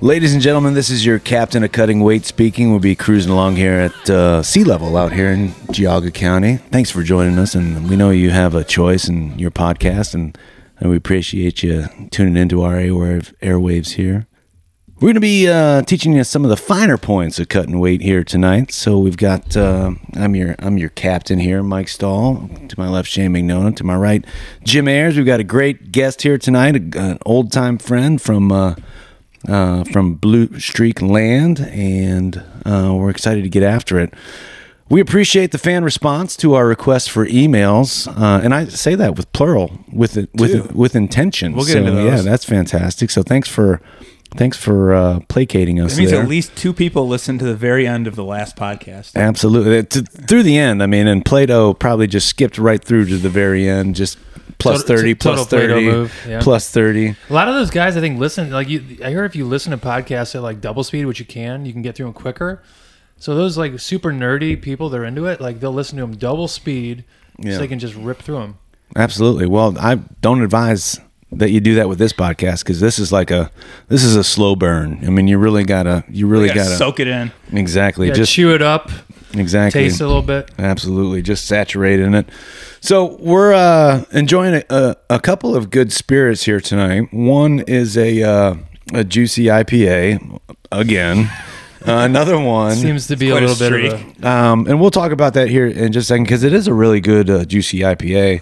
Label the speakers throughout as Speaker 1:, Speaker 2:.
Speaker 1: Ladies and gentlemen, this is your captain of cutting weight speaking. We'll be cruising along here at uh, sea level out here in Geauga County. Thanks for joining us, and we know you have a choice in your podcast, and, and we appreciate you tuning into our airwave, airwaves here. We're going to be uh, teaching you some of the finer points of cutting weight here tonight. So we've got uh, I'm your I'm your captain here, Mike Stahl. To my left, Shane McNona. To my right, Jim Ayers. We've got a great guest here tonight, a, an old time friend from uh, uh, from Blue Streak Land, and uh, we're excited to get after it. We appreciate the fan response to our request for emails, uh, and I say that with plural, with it, with it, with intention.
Speaker 2: We'll get
Speaker 1: So,
Speaker 2: into those.
Speaker 1: Yeah, that's fantastic. So thanks for thanks for uh, placating us.
Speaker 2: That means
Speaker 1: there.
Speaker 2: at least two people listened to the very end of the last podcast.
Speaker 1: Absolutely, to, through the end. I mean, and Plato probably just skipped right through to the very end, just plus
Speaker 3: Total-
Speaker 1: thirty,
Speaker 3: total
Speaker 1: plus thirty,
Speaker 3: Plato move, yeah.
Speaker 1: plus thirty.
Speaker 3: A lot of those guys, I think, listen. Like you, I heard if you listen to podcasts at like double speed, which you can, you can get through them quicker. So those like super nerdy people, they're into it. Like they'll listen to them double speed,
Speaker 1: Yeah.
Speaker 3: so they can just rip through them.
Speaker 1: Absolutely. Well, I don't advise that you do that with this podcast because this is like a this is a slow burn. I mean, you really gotta you really
Speaker 2: You gotta
Speaker 1: gotta,
Speaker 2: soak it in.
Speaker 1: exactly
Speaker 3: Yeah,
Speaker 1: just
Speaker 3: chew it up,
Speaker 1: exactly
Speaker 3: taste it a little bit.
Speaker 1: Absolutely, just saturated in it. So we're uh, enjoying a, a, a couple of good spirits here tonight. One is a uh, a juicy IPA again. Uh, another one
Speaker 3: Seems to be
Speaker 2: Mm.
Speaker 3: a
Speaker 2: Quite a
Speaker 3: little bit of
Speaker 2: streak.
Speaker 3: a
Speaker 1: um, and we'll talk about that here in just a second because it is a really good uh, juicy IPA.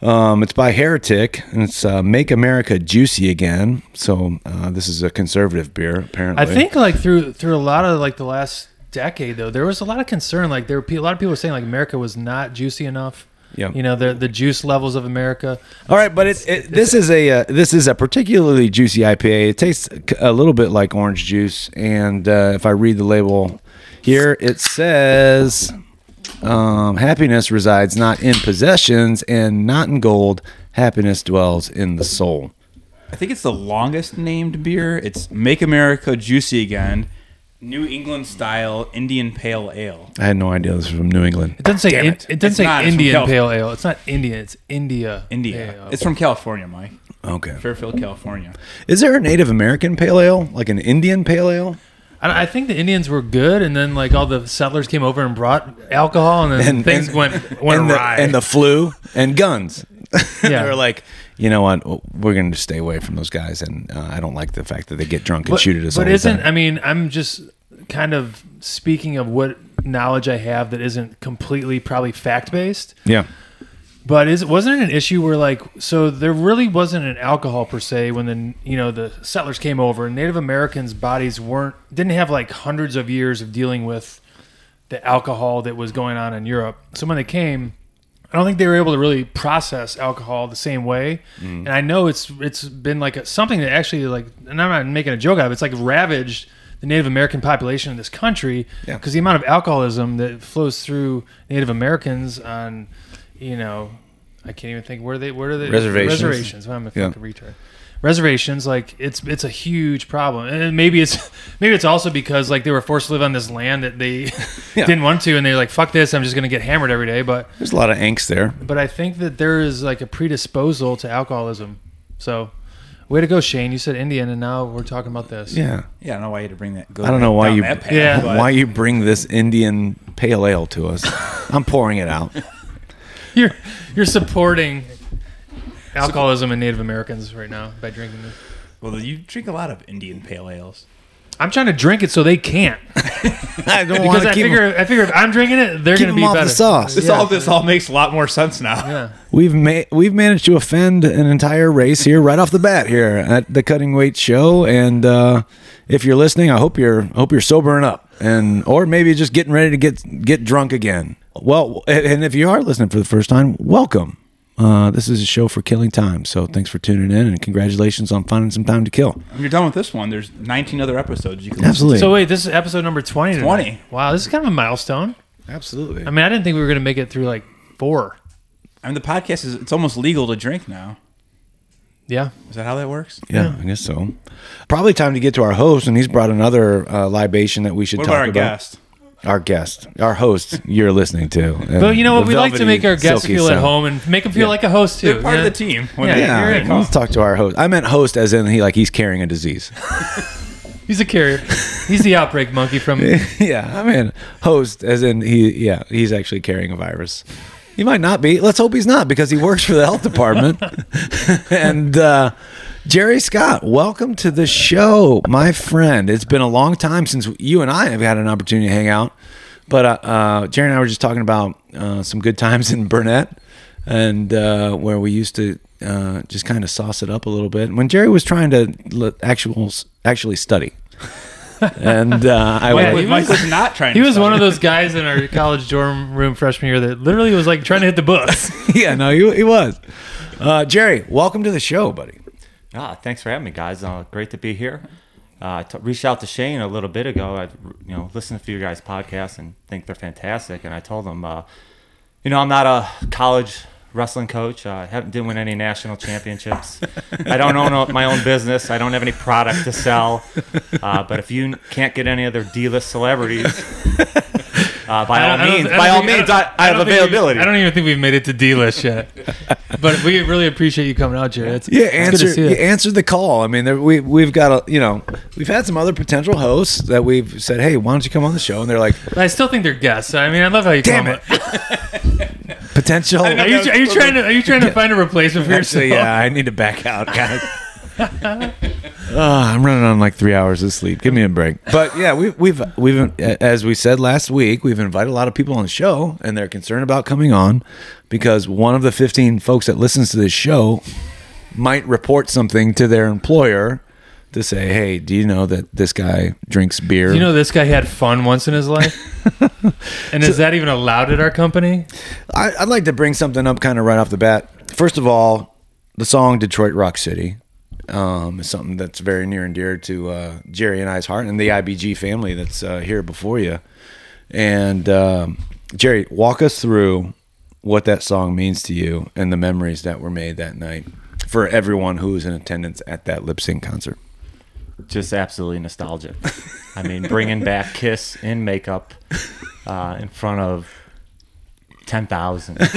Speaker 1: Um, it's by Heretic and it's uh, Make America Juicy Again. So uh, this is a conservative beer, apparently.
Speaker 3: I think like through through a lot of like the last decade though, there was a lot of concern. Like there were pe- a lot of people were saying like America was not juicy enough.
Speaker 1: Yeah.
Speaker 3: You know the the juice levels of America.
Speaker 1: All right, but it's it, this is a uh, this is a particularly juicy IPA. It tastes c- a little bit like orange juice, and uh, if I read the label here, it says um, happiness resides not in possessions and not in gold. Happiness dwells in the soul.
Speaker 2: I think it's the longest named beer. It's Make America Juicy Again, New England style Indian Pale Ale.
Speaker 1: I had no idea this was from New England.
Speaker 3: It doesn't say
Speaker 2: Damn
Speaker 3: in-
Speaker 2: it.
Speaker 3: it. doesn't
Speaker 2: It's
Speaker 3: say
Speaker 2: not. It's from
Speaker 3: Indian
Speaker 2: Cal-
Speaker 3: pale ale. It's not Indian. It's India.
Speaker 2: India.
Speaker 3: Pale Ale.
Speaker 2: It's from California, Mike.
Speaker 1: Okay.
Speaker 2: Fairfield, California.
Speaker 1: Is there a Native American pale ale, like an Indian pale ale?
Speaker 3: I, I think the Indians were good, and then like all the settlers came over and brought alcohol, and then
Speaker 1: And-
Speaker 3: things
Speaker 1: and-
Speaker 3: went went
Speaker 1: and, the,
Speaker 3: awry.
Speaker 1: and the flu and guns.
Speaker 3: Yeah.
Speaker 1: they were like, you know what? We're going to stay away from those guys, and uh, I don't like the fact that they get drunk and
Speaker 3: but,
Speaker 1: shoot at us.
Speaker 3: but
Speaker 1: all
Speaker 3: isn't
Speaker 1: the time.
Speaker 3: I mean I'm just kind of speaking of what knowledge I have that isn't completely probably fact based.
Speaker 1: yeah,
Speaker 3: But is wasn't it an issue where like so there really wasn't an alcohol per se when the you know the settlers came over and Native Americans' bodies weren't didn't have like hundreds of years of dealing with the alcohol that was going on in Europe. So when they came, I don't think they were able to really process alcohol the same way.
Speaker 1: Mm.
Speaker 3: And I know it's it's been like a, something that actually like and I'm not making a joke out of it, it's like ravaged the Native American population of this country
Speaker 1: Yeah.
Speaker 3: because the amount of alcoholism that flows through Native Americans on you know I can't even think where they where are they
Speaker 1: Reservations.
Speaker 3: reservations I'm a
Speaker 1: Yeah.
Speaker 3: fucking retard reservations like it's it's a huge problem and maybe it's maybe it's also because like they were forced to live on this land that they
Speaker 1: Yeah.
Speaker 3: didn't want to and they're like fuck this I'm just gonna get hammered every day but
Speaker 1: there's a lot of angst there.
Speaker 3: but I think that there is like a predisposal to alcoholism so way to go Shane you said Indian and now we're talking about this
Speaker 1: Yeah,
Speaker 2: Yeah, I don't know why you had to bring that. Go
Speaker 1: I don't know why
Speaker 2: down
Speaker 1: you
Speaker 2: that path,
Speaker 3: Yeah.
Speaker 2: but
Speaker 1: why you bring this Indian pale ale to us. I'm pouring it out.
Speaker 3: you're you're supporting alcoholism in Native Americans right now by drinking this
Speaker 2: Well, you drink a lot of Indian Pale Ales.
Speaker 3: I'm trying to drink it so they can't
Speaker 1: I don't want
Speaker 3: because
Speaker 1: to
Speaker 3: I
Speaker 1: keep
Speaker 3: figure I figure if I'm drinking it they're
Speaker 1: keep
Speaker 3: gonna
Speaker 1: them
Speaker 3: be
Speaker 1: off
Speaker 3: better
Speaker 1: the sauce.
Speaker 2: This all this all makes a lot more sense now.
Speaker 3: yeah.
Speaker 1: We've ma- we've managed to offend an entire race here right off the bat here at the Cutting Weight Show, and uh, if you're listening, I hope you're hope you're sobering up and or maybe just getting ready to get get drunk again. Well, and and if you are listening for the first time, welcome. Uh, this is a show for killing time, so thanks for tuning in and congratulations on finding some time to kill.
Speaker 2: When you're done with this one, there's 19 other episodes you can
Speaker 1: Absolutely,
Speaker 3: So wait, this is episode number twenty. tonight.
Speaker 2: 20.
Speaker 3: Wow, this is kind of a milestone.
Speaker 1: absolutely.
Speaker 3: I mean, I didn't think we were going to make it through like four.
Speaker 2: I mean, the podcast is it's almost legal to drink now.
Speaker 3: Yeah.
Speaker 2: Is that how that works?
Speaker 1: Yeah, I guess so. Probably time to get to our host, and he's brought another uh, libation that we should
Speaker 2: What
Speaker 1: talk
Speaker 2: about our guest?
Speaker 1: our guest, our host, you're listening to.
Speaker 3: But you know
Speaker 1: The
Speaker 3: what? We like to
Speaker 1: velvety,
Speaker 3: make our guests
Speaker 1: silky
Speaker 3: feel at
Speaker 1: sound.
Speaker 3: home and make them feel like a host too.
Speaker 2: They're part of
Speaker 3: Yeah.
Speaker 2: the team. When
Speaker 3: Yeah,
Speaker 2: they-
Speaker 3: you're
Speaker 1: Yeah,
Speaker 3: in.
Speaker 1: let's talk to our host. I meant host as in he like he's carrying a disease.
Speaker 3: He's a carrier. He's the outbreak monkey from.
Speaker 1: yeah, I mean, host as in he. Yeah, he's actually carrying a virus. He might not be. Let's hope he's not because he works for the health department. and uh, Jerry Scott, welcome to the show, my friend. It's been a long time since you and I have had an opportunity to hang out. But uh, uh, Jerry and I were just talking about uh, some good times in Burnett and uh, where we used to uh, just kind of sauce it up a little bit when Jerry was trying to l- actual, actually study. and uh, I
Speaker 2: Mike,
Speaker 1: would-
Speaker 2: was, Mike was not trying.
Speaker 3: He
Speaker 2: to
Speaker 3: was
Speaker 2: stop
Speaker 3: one of
Speaker 2: it.
Speaker 3: those guys in our college dorm room freshman year that literally was like trying to hit the books.
Speaker 1: yeah, no, he, he was. Uh, Jerry, welcome to the show, buddy.
Speaker 4: Ah, thanks for having me, guys. Uh, great to be here. Uh, I t- reached out to Shane a little bit ago. I, you know, listened to a few of your guys' podcasts and think they're fantastic. And I told them, uh, you know, I'm not a college wrestling coach. Uh, I haven't didn't win any national championships. I don't own a- my own business. I don't have any product to sell. Uh, but if you can't get any other D-list celebrities, uh, by all
Speaker 3: I don't- I don't-
Speaker 4: means,
Speaker 3: I
Speaker 4: by
Speaker 3: don't
Speaker 4: all
Speaker 3: think-
Speaker 4: means,
Speaker 3: don't-
Speaker 4: I, I have
Speaker 3: don't think we've-
Speaker 4: availability.
Speaker 3: I don't even think we've made it to D list yet, but we really appreciate you coming out, Jared. It's,
Speaker 1: Yeah,
Speaker 3: it's good to
Speaker 1: answer
Speaker 3: see
Speaker 1: you
Speaker 3: it.
Speaker 1: answer the call. I mean, there, we we've got a you know we've had some other potential hosts that we've said, hey, why don't you come on the show? And they're like,
Speaker 3: I still think they're guests. I mean, I love how you
Speaker 1: damn
Speaker 3: call
Speaker 1: it, potential.
Speaker 3: Are you, are you trying to are you trying to find a replacement for yourself?
Speaker 1: Actually, yeah, I need to back out, guys. Uh, I'm running on like three hours of sleep. Give me a break. But yeah, we, we've we've as we said last week, we've invited a lot of people on the show, and they're concerned about coming on because one of the 15 folks that listens to this show might report something to their employer to say, "Hey, do you know that this guy drinks beer?"
Speaker 3: You know, this guy had fun once in his life, and is that even allowed at our company?
Speaker 1: I, I'd like to bring something up kind of right off the bat. First of all, the song Detroit Rock City um, is something that's very near and dear to uh, Jerry and I's heart and the IBG family that's uh, here before you. And um, Jerry, walk us through what that song means to you and the memories that were made that night for everyone who was in attendance at that lip sync concert.
Speaker 4: just absolutely nostalgic. I mean, bringing back Kiss in makeup uh, in front of ten thousand. All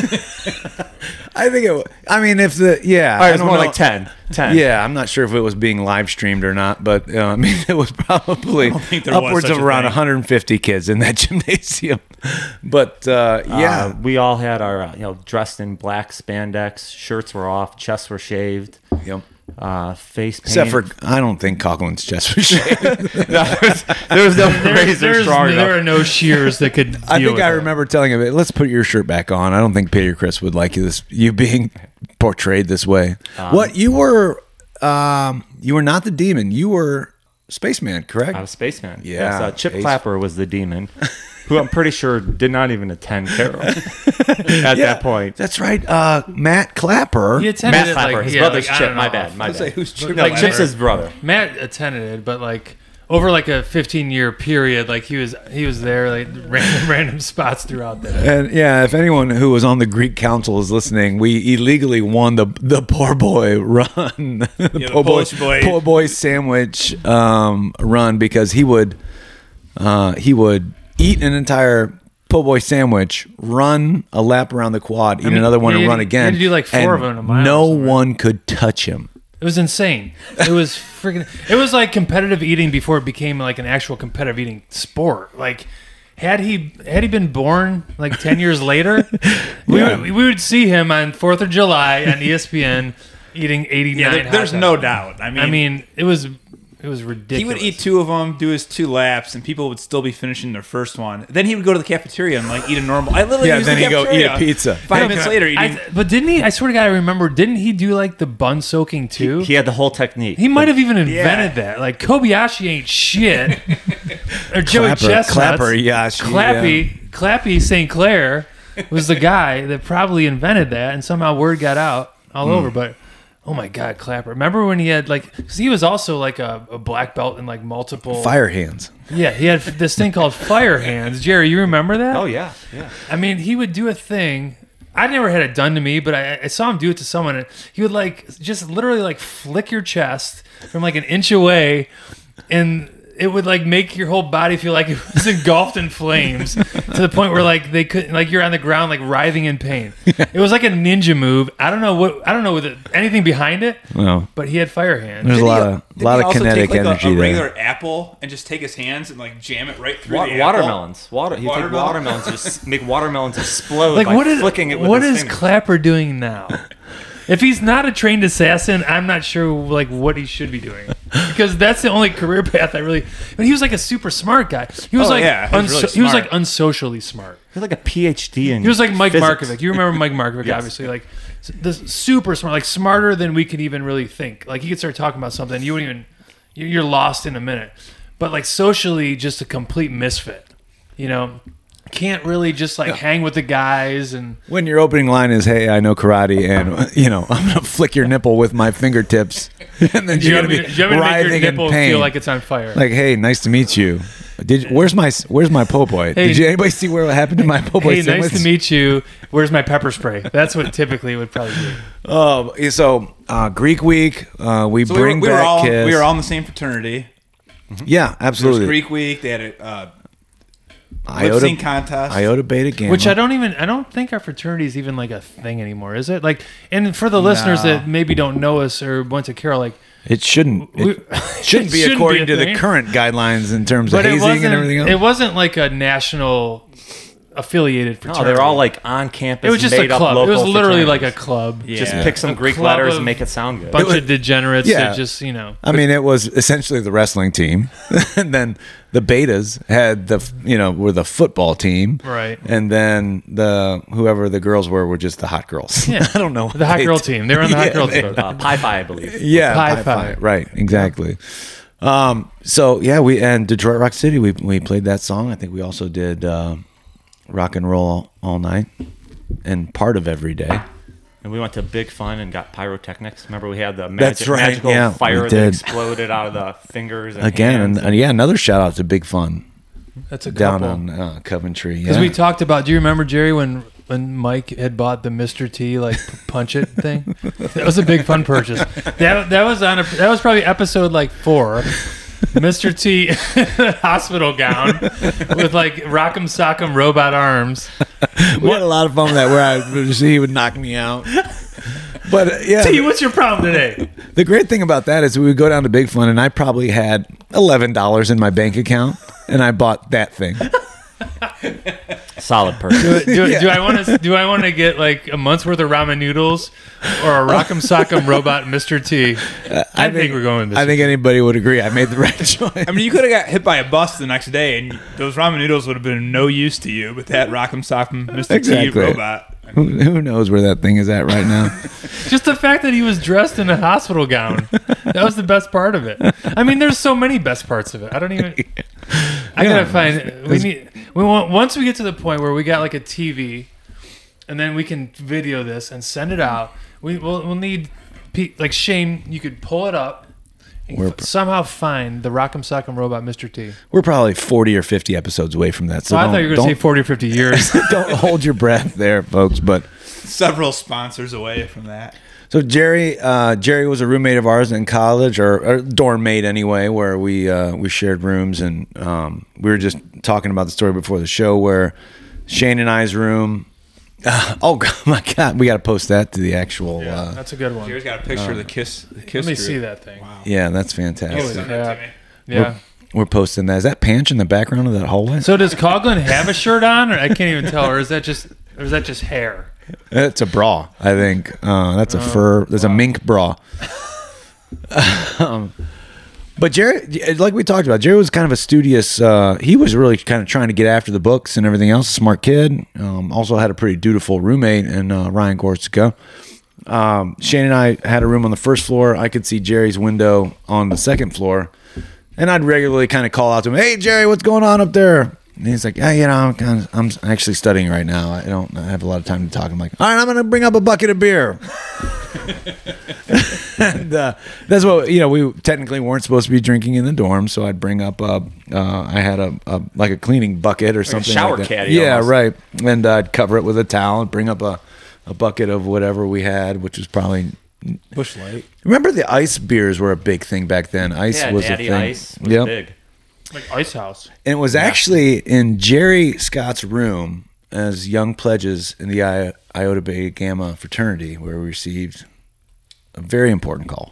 Speaker 1: I think it. wa- I mean, if the yeah, I
Speaker 4: right, it's
Speaker 1: don't
Speaker 4: more
Speaker 1: know.
Speaker 4: like 10. 10.
Speaker 1: Yeah, I'm not sure if it was being live streamed or not, but uh, I mean, it was probably
Speaker 2: think there was
Speaker 1: upwards
Speaker 2: such
Speaker 1: of
Speaker 2: a
Speaker 1: around
Speaker 2: thing.
Speaker 1: 150 kids in that gymnasium. But uh,
Speaker 4: Uh,
Speaker 1: yeah,
Speaker 2: Ah.
Speaker 4: we all had our uh, you know dressed in black spandex, shirts were off, chests were shaved,
Speaker 1: yep.
Speaker 4: uh, face paint.
Speaker 1: except for I don't think Coughlin's chest was shaved.
Speaker 4: No, there was- there was no
Speaker 3: There's,
Speaker 4: razor
Speaker 3: there's-
Speaker 4: strong enough.
Speaker 3: there are no shears that could. Deal
Speaker 1: I think
Speaker 3: with
Speaker 1: I
Speaker 3: that.
Speaker 1: remember telling him, "Let's put your shirt back on." I don't think Peter Chris would like you this you being portrayed this way. what you were, um, you were not the demon. You were spaceman, correct?
Speaker 4: I was spaceman.
Speaker 1: Yeah,
Speaker 4: Yes, uh, Chip
Speaker 1: Ace.
Speaker 4: Clapper was the demon, who I'm pretty sure did not even attend Carol at that point.
Speaker 1: That's right. Uh, Matt Clapper.
Speaker 3: He attended
Speaker 4: Matt
Speaker 3: it, like-
Speaker 4: Clapper, his
Speaker 3: yeah,
Speaker 4: brother's
Speaker 3: like, I
Speaker 4: Chip.
Speaker 3: don't
Speaker 4: My
Speaker 3: know.
Speaker 4: bad. My bad.
Speaker 1: who's Chip
Speaker 4: no,
Speaker 3: Clapper?
Speaker 4: Chip's his brother.
Speaker 3: Matt attended it, but like over like a 15 year period, like he was he was there like random random spots throughout that.
Speaker 1: And yeah, if anyone who was on the Greek Council is listening, we illegally won the the poor boy run, the,
Speaker 2: the Polish boy.
Speaker 1: poor boy sandwich um, run because he would uh, he would eat an entire po' boy sandwich, run a lap around the quad, eat
Speaker 3: mean,
Speaker 1: another one,
Speaker 3: yeah,
Speaker 1: and
Speaker 3: you
Speaker 1: run
Speaker 3: had- you
Speaker 1: again.
Speaker 3: had to do like four
Speaker 1: and
Speaker 3: of 'em in a mile or
Speaker 1: No
Speaker 3: something, right?
Speaker 1: one could touch him.
Speaker 3: It was insane. It was freaking. It was like competitive eating before it became like an actual competitive eating sport. Like, had he had he been born like ten years later, we,
Speaker 1: Yeah.
Speaker 3: would, we would see him on Fourth of July on E ESPN eating eighty nine.
Speaker 2: Yeah, there- there's no doubt. I mean,
Speaker 3: I mean, it was it was ridiculous.
Speaker 2: he would eat two of them, do his two laps, and people would still be finishing their first one. Then he would go to the cafeteria and like eat a normal. I literally
Speaker 1: Yeah,
Speaker 2: used
Speaker 1: then
Speaker 2: the
Speaker 1: he'd go
Speaker 2: cafeteria
Speaker 1: eat a pizza.
Speaker 2: Five minutes later, eating.
Speaker 3: I, but didn't he? I swear to God, I remember. Didn't he do like the bun soaking too?
Speaker 4: He had the whole technique.
Speaker 3: He might have even invented that. Like Kobayashi ain't shit. or Joey
Speaker 1: Clapper-
Speaker 3: Chestnuts.
Speaker 1: Clapper, yeah, she-
Speaker 3: Clappy, Clappy St. Clair was the guy that probably invented that, and somehow word got out
Speaker 1: Hmm.
Speaker 3: all over. But oh my God, Clapper! Remember when he had like, because he was also like a, a black belt in like multiple.
Speaker 1: Fire hands.
Speaker 3: Yeah, he had this thing called fire hands. Jerry, you remember that?
Speaker 4: Oh yeah, yeah.
Speaker 3: I mean, he would do a thing. I never had it done to me, but I, I saw him do it to someone. And he would like just literally like flick your chest from like an inch away, and it would like make your whole body feel like it was engulfed in flames to the point where like they couldn't like you're on the ground like writhing in pain. It was like a ninja move. I don't know what I don't know with it, anything behind it,
Speaker 1: No.
Speaker 3: but he had fire hands.
Speaker 1: There's a
Speaker 2: Didn't
Speaker 1: lot
Speaker 2: he-
Speaker 1: of
Speaker 2: didn't
Speaker 1: lot
Speaker 2: he
Speaker 1: of
Speaker 2: also
Speaker 1: kinetic
Speaker 2: take, like,
Speaker 1: energy
Speaker 2: a, a
Speaker 1: there.
Speaker 2: regular apple and just take his hands and like jam it right through
Speaker 4: Wa-
Speaker 2: the apple?
Speaker 4: watermelons. Water. You take
Speaker 2: Watermelon?
Speaker 4: watermelons. Just make watermelons explode.
Speaker 3: Like
Speaker 4: by
Speaker 3: what is
Speaker 4: flicking it with
Speaker 3: what
Speaker 4: his
Speaker 3: is
Speaker 4: finger.
Speaker 3: Clapper doing now? If he's not a trained assassin, I'm not sure like what he should be doing because that's the only career path I really. But he was like a super smart guy. He was
Speaker 2: Oh,
Speaker 3: like
Speaker 2: yeah, he was
Speaker 3: unso-
Speaker 2: really
Speaker 3: he was
Speaker 2: smart.
Speaker 3: like unsocially smart.
Speaker 4: He's like a PhD in.
Speaker 3: He was like Mike
Speaker 4: physics.
Speaker 3: Markovic. You remember Mike Markovic,
Speaker 4: Yes.
Speaker 3: obviously, like s- the super smart, like smarter than we could even really think. Like he could start talking about something you wouldn't even you- you're lost in a minute. But like socially, just a complete misfit. You know, can't really just like hang with the guys and
Speaker 1: When your opening line is, "Hey, I know karate," and you know, I'm gonna flick your nipple with my fingertips, and then
Speaker 3: Do you
Speaker 1: you're
Speaker 3: want
Speaker 1: gonna be
Speaker 3: me to, do you want me to make your
Speaker 1: writhing
Speaker 3: nipple
Speaker 1: in pain.
Speaker 3: feel like it's on fire?
Speaker 1: Like, hey, nice to meet you. Did where's my where's my po' boy?
Speaker 3: Hey.
Speaker 1: Did you anybody see where what happened to my po' boy
Speaker 3: hey,
Speaker 1: sandwich?
Speaker 3: nice to meet you. Where's my pepper spray? That's what typically it would probably be.
Speaker 1: Oh, so uh, Greek week, uh, we
Speaker 2: So we, were,
Speaker 1: bring
Speaker 2: we, were
Speaker 1: back
Speaker 2: all,
Speaker 1: Kiss.
Speaker 2: we were all in the same fraternity.
Speaker 1: yeah,
Speaker 2: It was
Speaker 1: absolutely.
Speaker 2: Greek week. They had a uh, lip
Speaker 1: Iota,
Speaker 2: sync contest.
Speaker 1: Iota Beta Gamma.
Speaker 3: Which I don't even I don't think our fraternity is even like a thing anymore, is it? Like and for the listeners that maybe don't know us or went to Carol, like
Speaker 1: it shouldn't. It
Speaker 3: We-
Speaker 1: shouldn't
Speaker 3: It
Speaker 1: be
Speaker 3: shouldn't
Speaker 1: according
Speaker 3: be a
Speaker 1: to
Speaker 3: thing.
Speaker 1: the current guidelines in terms of
Speaker 3: but it
Speaker 1: hazing
Speaker 3: wasn't
Speaker 1: and everything else.
Speaker 3: it wasn't like a national affiliated
Speaker 4: No,
Speaker 3: fraternity.
Speaker 4: they're all like on campus.
Speaker 3: it was just a
Speaker 4: made up
Speaker 3: club. It was
Speaker 4: local
Speaker 3: literally like a
Speaker 4: fraternities.
Speaker 3: club.
Speaker 2: Yeah.
Speaker 4: Just pick some
Speaker 3: A
Speaker 4: Greek
Speaker 3: club
Speaker 4: letters
Speaker 3: of-
Speaker 4: and make it sound good.
Speaker 3: Bunch
Speaker 1: was-
Speaker 3: of degenerates
Speaker 1: yeah.
Speaker 3: that just you know
Speaker 1: I mean, it was essentially the wrestling team, and then the betas had the you know were the football team,
Speaker 3: Right.
Speaker 1: And then the whoever the girls were were just the hot girls.
Speaker 3: Yeah.
Speaker 1: I don't know what
Speaker 3: the hot
Speaker 1: they
Speaker 3: girl
Speaker 1: did.
Speaker 3: team. They were on the hot
Speaker 1: Yeah,
Speaker 3: girl
Speaker 1: they-
Speaker 3: team.
Speaker 4: uh, Pi Phi, I believe.
Speaker 1: Yeah,
Speaker 3: Pi
Speaker 1: Pi
Speaker 3: Phi.
Speaker 1: Phi, right? Exactly. Um, so yeah, we and Detroit Rock City. We we played that song. I think we also did uh, rock and roll all night and part of every day.
Speaker 4: And we went to Big Fun and got pyrotechnics. Remember, we had the magic,
Speaker 1: That's right,
Speaker 4: magical
Speaker 1: yeah, we
Speaker 4: fire
Speaker 1: did.
Speaker 4: that exploded out of the fingers. And
Speaker 1: Again,
Speaker 4: hands.
Speaker 1: and, and yeah, another shout out to Big Fun
Speaker 3: That's a couple.
Speaker 1: down on uh, Coventry.
Speaker 3: Because
Speaker 1: yeah.
Speaker 3: we talked about. Do you remember Jerry when when Mike had bought the Mister T like p- punch it thing? That was a big fun purchase. That that was on a that was probably episode like four. Mr. T hospital gown with like rock'em sock'em robot arms.
Speaker 1: We had a lot of fun with that where I would see he would knock me out. But uh, yeah,
Speaker 3: T, what's your problem today?
Speaker 1: the great thing about that is we would go down to Big Fun, and I probably had eleven dollars in my bank account, and I bought that thing.
Speaker 4: solid person.
Speaker 3: Do, do, do I want to do I want to get like a month's worth of ramen noodles or a rock'em sock'em robot Mr. T? I think, we're going. With Mr.
Speaker 1: I think anybody would agree. I made the right choice.
Speaker 2: I mean, you could have got hit by a bus the next day, and those ramen noodles would have been of no use to you. But that Rock'em Sock'em Mr. T
Speaker 1: Exactly.
Speaker 2: robot.
Speaker 1: who, who knows where that thing is at right now?
Speaker 3: Just the fact that he was dressed in a hospital gown. That was the best part of it. I mean, there's so many best parts of it. I don't even.
Speaker 1: Yeah.
Speaker 3: I gotta find. We need. We want once we get to the point where we got like a TV, and then we can video this and send it out. We we'll, we'll need pe- like Shane. You could pull it up. And
Speaker 1: We're
Speaker 3: f- somehow find the Rock'em Sock'em Robot Mr. T.
Speaker 1: We're probably forty or fifty episodes away from that. So
Speaker 3: I
Speaker 1: don't,
Speaker 3: thought you were
Speaker 1: don't,
Speaker 3: going to say 40 or 50 years.
Speaker 1: don't hold your breath there, folks. But
Speaker 2: Several sponsors away from that.
Speaker 1: So Jerry, uh, Jerry was a roommate of ours in college, or, or dorm mate anyway, where we uh, we shared rooms, and um, we were just talking about the story before the show where Shane and I's room. oh God, my God, we got to post that to the actual. Yeah, uh,
Speaker 3: That's a good one.
Speaker 2: Here's got a picture of the kiss. The kiss
Speaker 3: Let me
Speaker 2: group.
Speaker 3: see that thing. Wow.
Speaker 1: yeah that's fantastic.
Speaker 3: Holy
Speaker 2: Send that
Speaker 3: crap.
Speaker 2: to me.
Speaker 3: Yeah.
Speaker 1: We're posting that. Is that Panch in the background of that hallway?
Speaker 3: So does Coughlin have a shirt on, or I can't even tell, or is that just, or is that just hair?
Speaker 1: That's a bra, I think. Uh, that's a fur. That's a mink bra. um, but Jerry, like we talked about, Jerry was kind of a studious. Uh, he was really kind of trying to get after the books and everything else. Smart kid. Um, also had a pretty dutiful roommate in uh, Ryan Gorsica. Um, Shane and I had a room on the first floor. I could see Jerry's window on the second floor, and I'd regularly kind of call out to him, "Hey, Jerry, what's going on up there?" And he's like, "Yeah, you know, I'm kind of, I'm actually studying right now. I don't have a lot of time to talk." I'm like, "All right, I'm gonna bring up a bucket of beer." and uh, that's what you know. We technically weren't supposed to be drinking in the dorm, so I'd bring up. Uh, uh, I had a, a like a cleaning bucket or something.
Speaker 4: shower
Speaker 1: like that.
Speaker 4: caddy
Speaker 1: Yeah,
Speaker 4: almost.
Speaker 1: right. And I'd cover it with a towel and bring up a, a bucket of whatever we had, which was probably.
Speaker 2: Bush light.
Speaker 1: Remember the ice beers were a big thing back then. Ice
Speaker 4: Yeah,
Speaker 1: was a
Speaker 4: Natty
Speaker 1: thing.
Speaker 4: Ice was
Speaker 1: Yep.
Speaker 4: big.
Speaker 3: like Ice House.
Speaker 1: And it was actually in Jerry Scott's room as young pledges in the I- Iota Bay Gamma fraternity where we received a very important call.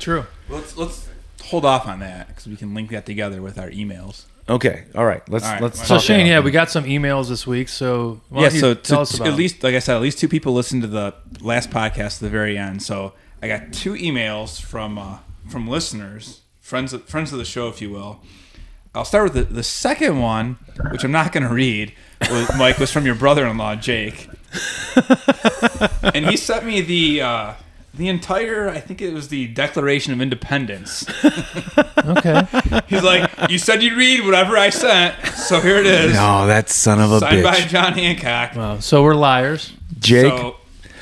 Speaker 3: True.
Speaker 2: Let's let's hold off on that because we can link that together with our emails.
Speaker 1: Okay, all right. Let's
Speaker 2: All right,
Speaker 1: let's
Speaker 3: So
Speaker 1: talk
Speaker 3: Shane,
Speaker 1: about-
Speaker 3: yeah, we got some emails this week. So why
Speaker 2: Oh, yeah,
Speaker 3: don't you
Speaker 2: so
Speaker 3: tell
Speaker 2: to-
Speaker 3: us
Speaker 2: to-
Speaker 3: about
Speaker 2: at least, like I said, at least two people listened to the last podcast to the very end. So I got two emails from uh, from listeners, friends of, friends of the show, if you will. I'll start with the, the second one, which I'm not going to read. Was, Mike was from your brother-in-law Jake, and he sent me the uh, the entire. I think it was the Declaration of Independence.
Speaker 3: okay.
Speaker 2: He's like, "You said you'd read whatever I sent, so here it is."
Speaker 1: Oh, that son of a
Speaker 2: Signed by
Speaker 1: bitch.
Speaker 2: John Hancock.
Speaker 3: Wow. Uh, So we're liars.
Speaker 1: Jake,
Speaker 2: So,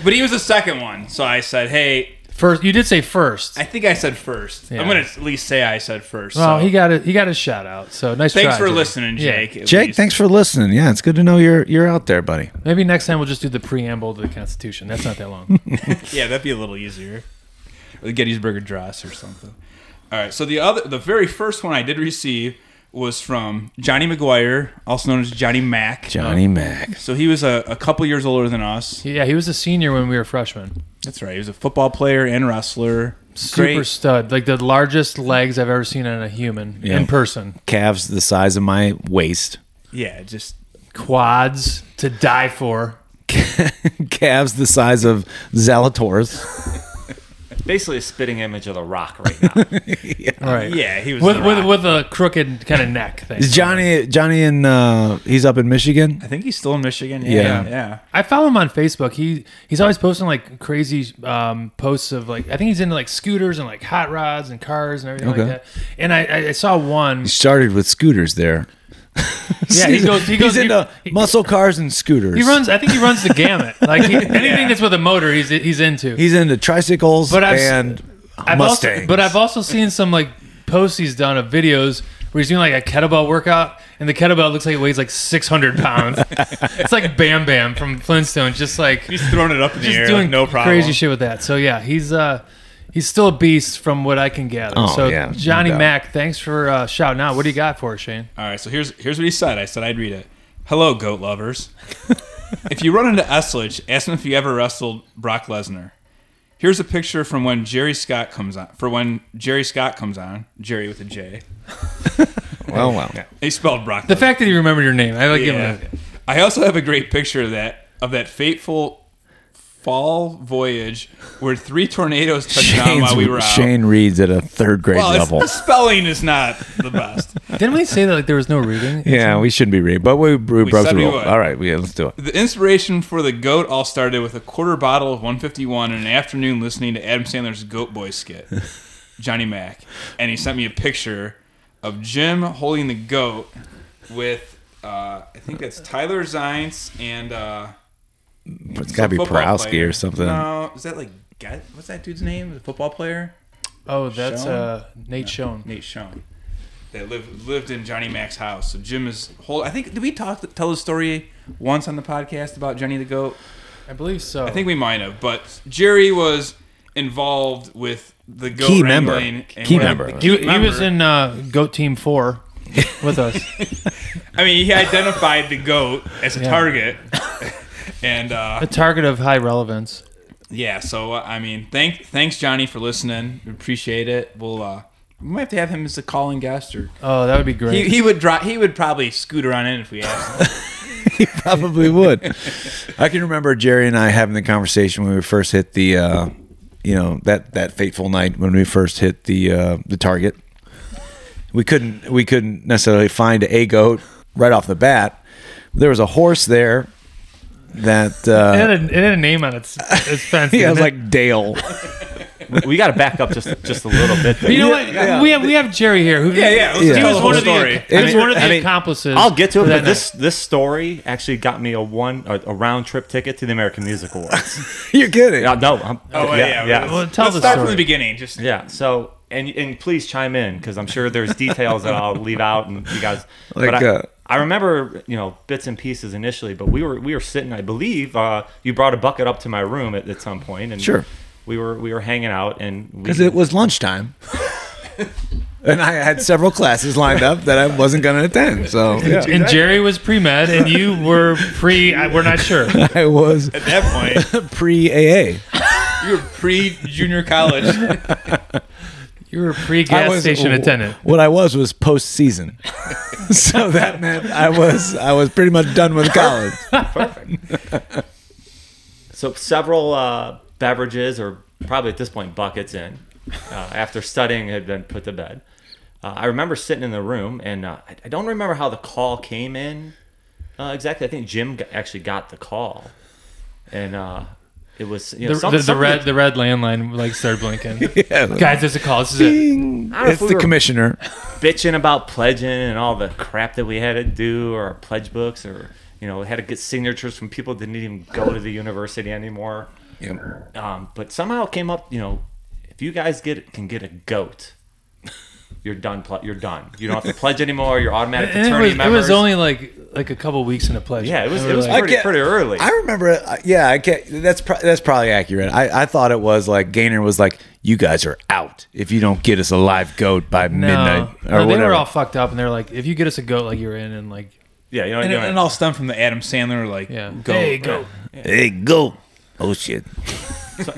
Speaker 2: but he was the second one, so I said, "Hey,
Speaker 3: First, you did say first.
Speaker 2: I think I said first.
Speaker 3: Yeah.
Speaker 2: I'm gonna at least say I said first.
Speaker 3: well,
Speaker 2: so.
Speaker 3: he got it. He got a shout out. So nice.
Speaker 2: thanks for
Speaker 3: try, Jake.
Speaker 2: listening,
Speaker 3: Yeah.
Speaker 2: Jake. at
Speaker 1: Jake,
Speaker 2: least.
Speaker 1: thanks for listening. Yeah, it's good to know you're you're out there, buddy.
Speaker 3: Maybe next time we'll just do the preamble to the Constitution. That's not that long.
Speaker 2: Yeah, that'd be a little easier. Or the Gettysburg Address or something. All right. So the other, the very first one I did receive was from Johnny McGuire, also known as Johnny Mack.
Speaker 1: Johnny Mac.
Speaker 2: So he was a, a couple years older than us.
Speaker 3: yeah, he was a senior when we were freshmen.
Speaker 2: That's right. He was a football player and wrestler.
Speaker 3: Super stud, like the largest legs I've ever seen on a human
Speaker 1: Yeah.
Speaker 3: in person.
Speaker 1: Calves the size of my waist.
Speaker 2: Yeah, just
Speaker 3: Quads to die for.
Speaker 1: Calves the size of Zalatoris.
Speaker 4: Basically, a spitting image of the Rock right now.
Speaker 3: All right.
Speaker 2: yeah, he was.
Speaker 3: With,
Speaker 2: the
Speaker 3: with,
Speaker 2: rock.
Speaker 3: with a crooked kind of neck thing.
Speaker 1: Is Johnny Johnny in uh he's up in Michigan?
Speaker 2: I think he's still in Michigan.
Speaker 1: Yeah.
Speaker 2: yeah. yeah.
Speaker 3: I follow him on Facebook. He he's always posting like crazy um, posts of like I think he's into like scooters and like hot rods and cars and everything
Speaker 1: Okay.
Speaker 3: like that. And I- I, I saw one.
Speaker 1: Started with scooters there.
Speaker 3: Yeah, he goes. He goes.
Speaker 1: he's
Speaker 3: He,
Speaker 1: into muscle cars and scooters.
Speaker 3: he runs. I think he runs the gamut. Like he, anything that's with a motor, he's he's into.
Speaker 1: He's into tricycles
Speaker 3: But I've s-
Speaker 1: and
Speaker 3: I've
Speaker 1: Mustangs.
Speaker 3: Also, but I've also seen some like posts he's done of videos where he's doing like a kettlebell workout, and the kettlebell looks like it weighs like 600 pounds. it's like Bam Bam from Flintstone, just like
Speaker 2: He's throwing it up in the
Speaker 3: just
Speaker 2: air.
Speaker 3: doing
Speaker 2: like, no problem.
Speaker 3: crazy shit with that. So yeah, he's uh he's still a beast from what I can gather.
Speaker 1: Oh,
Speaker 3: so
Speaker 1: yeah, no
Speaker 3: Johnny
Speaker 1: doubt.
Speaker 3: Mac, thanks for uh, shouting out. What do you got for us, Shane?
Speaker 2: All right, so here's here's what he said. I said I'd read it. Hello, goat lovers. if you run into Eslich, ask him if you ever wrestled Brock Lesnar. Here's a picture from when Jerry Scott comes on. For when Jerry Scott comes on, Jerry with a J.
Speaker 1: well, well.
Speaker 2: He spelled Brock.
Speaker 3: The fact that he remembered your name, I like giving
Speaker 2: Yeah.
Speaker 3: him. that.
Speaker 2: I also have a great picture of that of that fateful fall voyage where three tornadoes touched down
Speaker 1: Shane's-
Speaker 2: while we were out.
Speaker 1: Shane reads at a third grade
Speaker 2: well, it's,
Speaker 1: level.
Speaker 2: the spelling is not the best.
Speaker 3: Didn't we say that like there was no reading?
Speaker 1: Yeah, we shouldn't be reading, but we, we, broke
Speaker 2: said
Speaker 1: the
Speaker 2: we
Speaker 1: rule.
Speaker 2: would.
Speaker 1: All right, we, let's do it.
Speaker 2: The inspiration for the goat all started with a quarter bottle of 151 and an afternoon listening to Adam Sandler's Goat Boy skit, Johnny Mac, and he sent me a picture of Jim holding the goat with uh, I think that's Tyler Zients and uh,
Speaker 1: It's got to be
Speaker 2: football
Speaker 1: Porowski
Speaker 2: player.
Speaker 1: or something.
Speaker 2: No, is that like Get- what's that dude's name? The football player
Speaker 3: Oh, that's
Speaker 2: Shown?
Speaker 3: uh, Nate Schoen.
Speaker 2: Nate Schoen. That lived lived in Johnny Mac's house. So Jim is hold. I think did we talk tell the story once on the podcast about Johnny the goat?
Speaker 3: I believe so.
Speaker 2: I think we might have, but Jerry was involved with the goat
Speaker 1: Key member.
Speaker 2: wrangling and
Speaker 1: Key
Speaker 2: one of
Speaker 1: member.
Speaker 2: the
Speaker 3: he,
Speaker 2: key
Speaker 3: he
Speaker 2: member.
Speaker 3: was in uh, Goat Team Four with us.
Speaker 2: I mean, he identified the goat as a
Speaker 3: Yeah.
Speaker 2: target, and uh,
Speaker 3: a target of high relevance.
Speaker 2: yeah. So uh, I mean, thank thanks Johnny for listening. We appreciate it. We'll uh, we might have to have him as a calling guest, or
Speaker 3: Oh, that would be great.
Speaker 2: he, he would dro- He would probably scooter on in if we asked. Him.
Speaker 1: he probably would. I can remember Jerry and I having the conversation when we first hit the, uh, you know, that that fateful night when we first hit the uh, the target. We couldn't we couldn't necessarily find a goat right off the bat. There was a horse there that
Speaker 3: it, had
Speaker 1: uh,
Speaker 3: a, it had a name on its, its fence.
Speaker 1: yeah, it
Speaker 3: didn't
Speaker 1: was
Speaker 3: it?
Speaker 1: like Dale.
Speaker 4: We- we got to back up just just a little bit.
Speaker 3: But you know
Speaker 4: There.
Speaker 3: what? We have we have Jerry here. Who,
Speaker 2: Yeah, yeah, let's
Speaker 1: Yeah.
Speaker 3: He
Speaker 1: tell
Speaker 3: was
Speaker 1: the
Speaker 3: one
Speaker 2: whole
Speaker 3: of the
Speaker 2: story.
Speaker 3: he was
Speaker 4: I mean-
Speaker 3: one of the
Speaker 4: I mean,
Speaker 3: accomplices.
Speaker 4: I'll get to it,
Speaker 3: for that
Speaker 4: but this this story actually got me a one a, a round trip ticket to the American Music Awards.
Speaker 1: You're kidding?
Speaker 4: Uh, no, I'm,
Speaker 2: Oh yeah, yeah.
Speaker 3: Well,
Speaker 2: Let's,
Speaker 3: tell
Speaker 2: let's
Speaker 3: the
Speaker 2: start
Speaker 3: story.
Speaker 2: from the beginning. Just
Speaker 4: Yeah. So, and and please chime in because I'm sure there's details that I'll leave out, and you guys.
Speaker 1: Like,
Speaker 4: but I,
Speaker 1: uh,
Speaker 4: I remember, you know, bits and pieces initially, but we were we were sitting. I believe uh, you brought a bucket up to my room at, at some point, and
Speaker 1: Sure.
Speaker 4: we were we were hangning out, and we-
Speaker 1: Because it was lunchtime. and I had several classes lined up that I wasn't going to attend. So
Speaker 3: And Jerry was pre med, and you were pre. I, we're not sure.
Speaker 1: I was
Speaker 2: At that point,
Speaker 1: pre AA.
Speaker 2: you were pre junior college.
Speaker 3: You were pre
Speaker 1: I
Speaker 3: gas
Speaker 1: was-
Speaker 3: station attendant.
Speaker 1: What I was was post season, so that meant I was I was pretty much done with college.
Speaker 4: So several uh, beverages, or probably at this point buckets, in uh, after studying had been put to bed. Uh, I remember sitting in the room, and uh, I- I don't remember how the call came in uh, exactly. I think Jim g- actually got the call, and uh, it was you know
Speaker 3: The,
Speaker 4: some-
Speaker 3: the, the
Speaker 4: something-
Speaker 3: red the red landline like started blinking.
Speaker 1: Yeah.
Speaker 3: Guys, there's a call. This is it.
Speaker 4: I don't know if
Speaker 1: It's
Speaker 4: we
Speaker 1: the
Speaker 4: were-
Speaker 1: commissioner.
Speaker 4: bitching about pledging and all the crap that we had to do or our pledge books or you know had to get signatures from people that didn't even go to the university anymore um, but somehow it came up you know if you guys get can get a goat you're done ple- you're done you don't have to pledge anymore you're automatic
Speaker 3: And it
Speaker 4: attorney
Speaker 3: was, it
Speaker 4: members
Speaker 3: was only like like a couple weeks in a pledge.
Speaker 4: yeah it was
Speaker 3: And we're
Speaker 4: it was
Speaker 3: like,
Speaker 4: pretty,
Speaker 1: can't-
Speaker 4: pretty early
Speaker 1: I remember. it, uh, Yeah, I can't. That's pro- that's probably accurate. I, I thought it was like Gaynor was like, "You guys are out if you don't get us a live goat by
Speaker 3: no,
Speaker 1: midnight or
Speaker 3: no, they
Speaker 1: whatever."
Speaker 3: were all fucked up, and they're like, if you get us a goat, like you're in, and like
Speaker 4: yeah you know,
Speaker 2: And
Speaker 4: you
Speaker 2: it,
Speaker 4: know
Speaker 2: and it all stemmed from the Adam Sandler, like,
Speaker 3: yeah,
Speaker 2: go.
Speaker 3: Hey, goat.
Speaker 1: Hey, goat! Oh shit!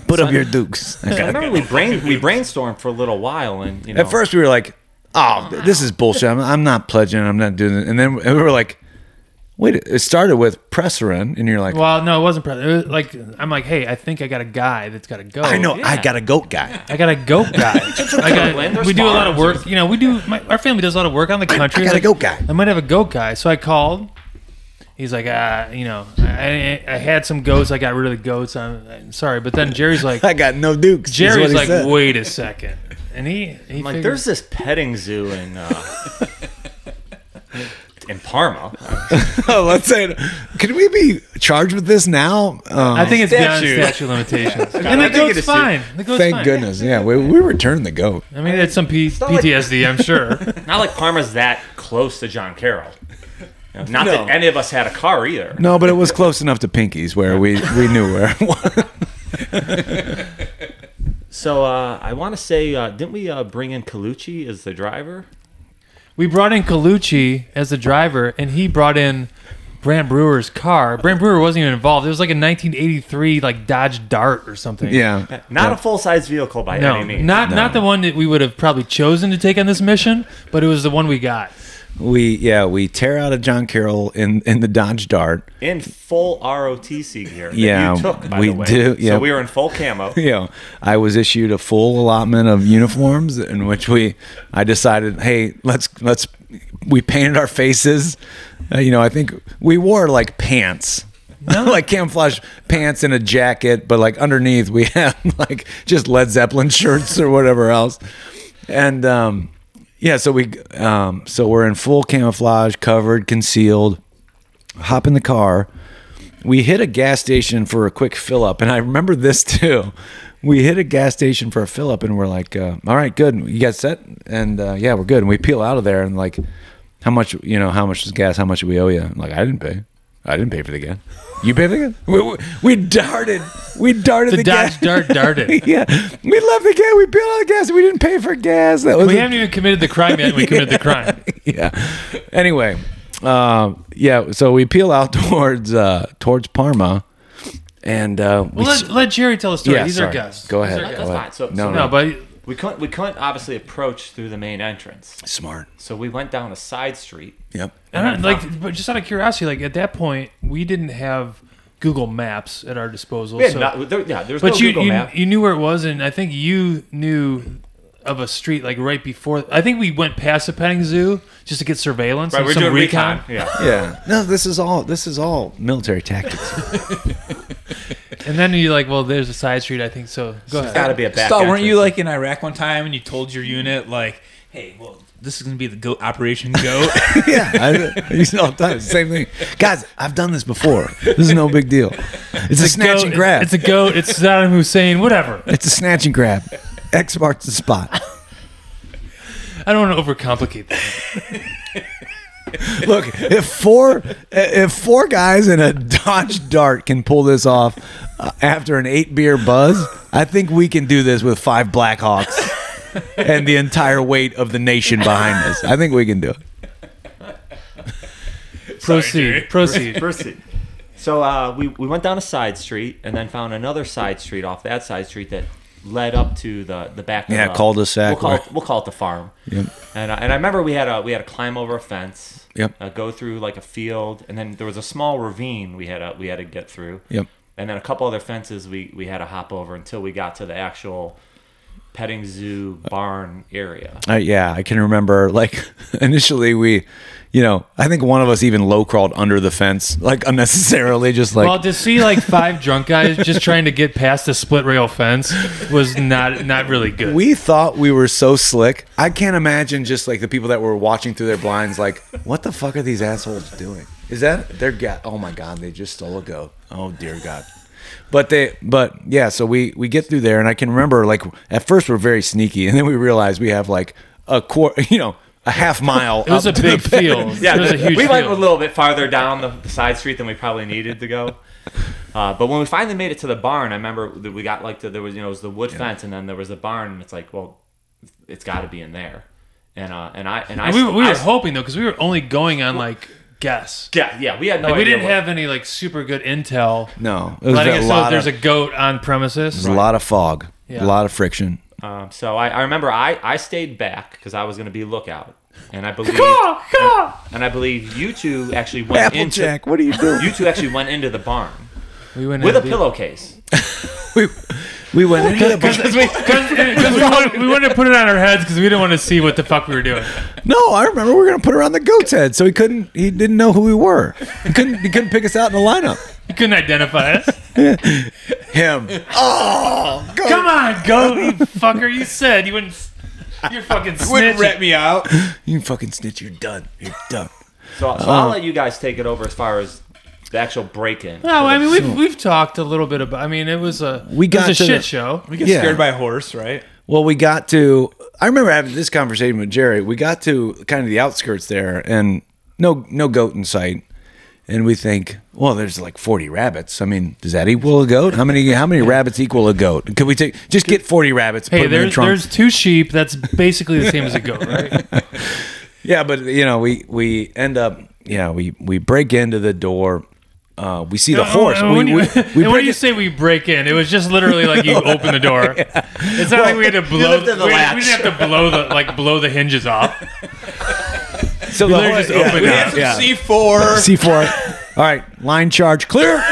Speaker 1: Put up your dukes. I
Speaker 4: I
Speaker 1: gotta
Speaker 4: remember we brain we brainstormed for a little while and you know
Speaker 1: At first, we were like, "Oh, th- this is bullshit. I'm, I'm not pledging. I'm not doing it." And then we were like, "Wait!" It started with Presserin, and you're like,
Speaker 3: Well, no, it wasn't present. It was like I'm like, hey, I think I got a guy that's got a goat.
Speaker 1: "I know. I
Speaker 4: yeah.
Speaker 1: got a goat guy.
Speaker 3: I got a goat guy. I
Speaker 4: Glenn,
Speaker 3: got,
Speaker 4: there's
Speaker 3: we do a lot of
Speaker 4: farms.
Speaker 3: work. You know, we do. My, our family does a lot of work on the country.
Speaker 1: I got a
Speaker 3: Like,
Speaker 1: goat guy.
Speaker 3: I might have a goat guy. So I called. He's like, ah, you know, I, I had some goats. I got rid of the goats. I'm, I'm sorry, but then Jerry's like,
Speaker 1: I got no dukes." is what
Speaker 3: Jerry's
Speaker 1: he
Speaker 3: like,
Speaker 1: said.
Speaker 3: wait a second, and he, he
Speaker 4: I'm like
Speaker 3: figured-
Speaker 4: there's this petting zoo in uh, in Parma
Speaker 1: "Oh, let's say, it. can we be charged with this now?" Um,
Speaker 3: I think it's
Speaker 2: Statue.
Speaker 3: beyond statute limitations. and the
Speaker 4: I think it
Speaker 3: goat's
Speaker 4: is
Speaker 3: fine. The goat's
Speaker 1: Thank
Speaker 3: fine.
Speaker 1: goodness. Yeah, we, we returned the goat.
Speaker 3: I mean, it's some P-
Speaker 4: like-
Speaker 3: PTSD, I'm sure.
Speaker 4: Not like Parma's that close to John Carroll. Not
Speaker 2: No.
Speaker 4: that any of us had a car either.
Speaker 1: No, but it was close enough to Pinky's where we, we knew where it was.
Speaker 4: So uh, I want to say, uh, didn't we uh, bring in Colucci as the driver?
Speaker 3: We brought in Colucci as the driver, and he brought in Brant Brewer's car. Brant Brewer wasn't even involved. It was like a 1983 like Dodge Dart or something.
Speaker 1: Yeah.
Speaker 4: Not a full size vehicle by
Speaker 3: No,
Speaker 4: any means.
Speaker 3: not not the one that we would have probably chosen to take on this mission, but it was the one we got.
Speaker 1: We yeah, we tear out a John Carroll in, in the Dodge Dart.
Speaker 4: in full ROTC gear. that
Speaker 1: Yeah,
Speaker 4: you took, by
Speaker 1: we
Speaker 4: the way.
Speaker 1: do, yeah.
Speaker 4: So we were in full camo.
Speaker 1: You know, I was issued a full allotment of uniforms in which we I decided, hey, let's let's we painted our faces. Uh, you know, I think we wore like pants. like camouflage pants and a jacket, but like underneath we had like just Led Zeppelin shirts or whatever else. And um yeah, so we um so we're in full camouflage, covered, concealed. Hop in the car. We hit a gas station for a quick fill up, and I remember this too. We hit a gas station for a fill up, and we're like, uh, "All right, good. You guys set?" And uh, yeah, we're good. And we peel out of there, and like, how much? You know, how much is gas? How much do we owe you? I'm like, I didn't pay. I didn't pay for the gas. You paid for the gas? We, we, we darted. We darted the,
Speaker 3: The Dodge
Speaker 1: gas.
Speaker 3: Dart darted.
Speaker 1: yeah, we left the gas. We peeled out the gas. We didn't pay for gas. That was
Speaker 3: We
Speaker 1: a-
Speaker 3: haven't even committed the crime yet. and We committed the crime.
Speaker 1: yeah. Anyway, um, yeah. So we peel out towards uh, towards Parma, and uh, we
Speaker 3: Well, let,
Speaker 1: s-
Speaker 3: let Jerry tell a story.
Speaker 1: yeah,
Speaker 3: These
Speaker 1: sorry.
Speaker 3: are guests.
Speaker 1: Go
Speaker 3: These
Speaker 1: ahead.
Speaker 3: are
Speaker 1: Go
Speaker 3: guests.
Speaker 4: That's
Speaker 1: ahead.
Speaker 4: fine. So-
Speaker 1: no,
Speaker 4: so
Speaker 1: no,
Speaker 3: No, but
Speaker 4: We couldn't. We couldn't obviously approach through the main entrance.
Speaker 1: smart.
Speaker 4: So we went down a side street.
Speaker 1: Yep.
Speaker 3: I don't- like, but just out of curiosity, like at that point, we didn't have Google Maps at our disposal.
Speaker 4: We had
Speaker 3: so-
Speaker 4: not, there, yeah, there's
Speaker 3: but
Speaker 4: no
Speaker 3: you
Speaker 4: Google
Speaker 3: you,
Speaker 4: map.
Speaker 3: you knew where it was, and I think you knew of a street like right before. I think we went past the petting zoo just to get surveillance
Speaker 4: right,
Speaker 3: and
Speaker 4: we're
Speaker 3: some
Speaker 4: doing
Speaker 3: recon.
Speaker 4: recon. Yeah.
Speaker 1: Yeah. No, this is all this is all military tactics.
Speaker 3: And then you're like, well, there's a side street, I think. So go
Speaker 4: It's
Speaker 3: ahead.
Speaker 4: got to be a back.
Speaker 2: Saul, weren't you like
Speaker 4: entrance.
Speaker 2: in Iraq one time and you told your unit, like, hey, well, this is going to be the goat Operation Goat?
Speaker 1: yeah, I, I use it all the time. Same thing, guys. I've done this before. This is no big deal. It's a snatch
Speaker 3: Goat,
Speaker 1: and grab.
Speaker 3: It's a goat. It's Saddam Hussein. Whatever.
Speaker 1: it's a snatch and grab. X marks the spot.
Speaker 3: I don't want to overcomplicate that.
Speaker 1: Look, if four if four guys in a Dodge Dart can pull this off uh, after an eight beer buzz, I think we can do this with five Blackhawks and the entire weight of the nation behind us. I think we can do it.
Speaker 2: Jerry.
Speaker 3: Proceed. Proceed.
Speaker 4: Proceed. So uh, we, we went down a side street and then found another side street off that side street that led up to the, the back.
Speaker 1: Yeah,
Speaker 4: of the,
Speaker 1: cul-de-sac
Speaker 4: We'll call,
Speaker 1: where-
Speaker 4: it, we'll call it the farm.
Speaker 1: Yep.
Speaker 4: And uh, and I remember we had a we had to climb over a fence.
Speaker 1: Yep.
Speaker 4: Uh, go through like a field, and then there was a small ravine we had a, we had to get through.
Speaker 1: Yep.
Speaker 4: And then a couple other fences we we had to hop over until we got to the actual petting zoo barn area.
Speaker 1: Uh, yeah, I can remember. Like initially, we, you know, I think one of us even low crawled under the fence, like unnecessarily, just like
Speaker 3: well, to see like five drunk guys just trying to get past the split rail fence was not not really good.
Speaker 1: we thought we were so slick. I can't imagine just like the people that were watching through their blinds, like, what the fuck are these assholes doing? Is that their gat? Oh my god, they just stole a goat. Oh dear god. But they, but yeah, so we we get through there, and I can remember like at first we're very sneaky, and then we realize we have like a quarter, you know, a half mile.
Speaker 3: it was a
Speaker 1: up to the
Speaker 3: big field.
Speaker 4: Yeah,
Speaker 3: it was a huge
Speaker 4: we went a
Speaker 3: field.
Speaker 4: little bit farther down the, the side street than we probably needed to go. Uh, but when we finally made it to the barn, I remember that we got like the, there was you know it was the wood fence and then there was the barn and it's like well, it's got to be in there, and uh and I and I
Speaker 3: And we, were- we
Speaker 4: I-
Speaker 3: were hoping though because we were only going on like guess.
Speaker 4: yeah yeah we had no
Speaker 3: Like, we
Speaker 4: idea
Speaker 3: didn't
Speaker 4: what-
Speaker 3: have any like super good intel.
Speaker 1: no, it was
Speaker 3: Letting
Speaker 1: a
Speaker 3: us know
Speaker 1: lot
Speaker 3: if there's
Speaker 1: of,
Speaker 3: a goat on premises.
Speaker 1: there's a lot of fog,
Speaker 3: Yeah.
Speaker 1: a lot of friction.
Speaker 4: Um, so I, I remember I, I stayed back because I was going to be lookout, and I believe and I believe you two actually went into
Speaker 1: Applejack, what are you doing?
Speaker 4: you two actually went into the barn
Speaker 3: We went
Speaker 4: with
Speaker 3: in
Speaker 4: a
Speaker 3: deep.
Speaker 4: pillowcase.
Speaker 1: we, we went into the barn.
Speaker 3: Because we, 'cause- 'cause we wanted, we wanted to put it on our heads because we didn't want to see what the fuck we were doing.
Speaker 1: No, I remember we were gonna put her on the goat's head, so he couldn't. He didn't know who we were. He couldn't. He couldn't pick us out in the lineup.
Speaker 3: You couldn't identify us.
Speaker 1: Him. Oh, goat.
Speaker 3: Come on, goat, you fucker. You said you wouldn't. You're fucking
Speaker 2: Wouldn't
Speaker 3: snitching.
Speaker 2: rat me out.
Speaker 1: You fucking snitch. You're done. You're done.
Speaker 4: So, so I'll let you guys take it over as far as the actual break in.
Speaker 3: No, I mean we've we've talked a little bit about. I mean it was a
Speaker 1: We
Speaker 3: it was
Speaker 1: got to
Speaker 3: a shit
Speaker 1: the-
Speaker 3: show.
Speaker 2: We get
Speaker 1: Yeah.
Speaker 2: scared by a horse, right?
Speaker 1: Well, we got to. I remember having this conversation with Jerry. We got to kind of the outskirts there, and no, no goat in sight. And we think, well, there's like 40 rabbits. I mean, does that equal a goat? How many? How many rabbits equal a goat? Could we take just get 40 rabbits?
Speaker 3: Hey,
Speaker 1: put them in a
Speaker 3: there's
Speaker 1: trunk?
Speaker 3: there's two sheep. That's basically the same as a goat, right?
Speaker 1: Yeah, but you know, we we end up, yeah, we we break into the door. Uh, we see the horse.
Speaker 3: And
Speaker 1: we,
Speaker 3: Oh, when you,
Speaker 1: we,
Speaker 3: and
Speaker 1: we
Speaker 3: when
Speaker 1: break
Speaker 3: you
Speaker 1: it-
Speaker 3: say we break in, it was just literally like
Speaker 4: Oh,
Speaker 3: you open the door. It's not like we had to blow.
Speaker 4: lifted the
Speaker 3: we, we
Speaker 4: latch.
Speaker 3: didn't have to blow the like blow the hinges off.
Speaker 1: so the
Speaker 3: literally
Speaker 1: horse,
Speaker 3: just open
Speaker 1: yeah,
Speaker 3: it
Speaker 1: yeah,
Speaker 3: up.
Speaker 1: yeah.
Speaker 2: C four.
Speaker 1: C four. All right, line charge clear.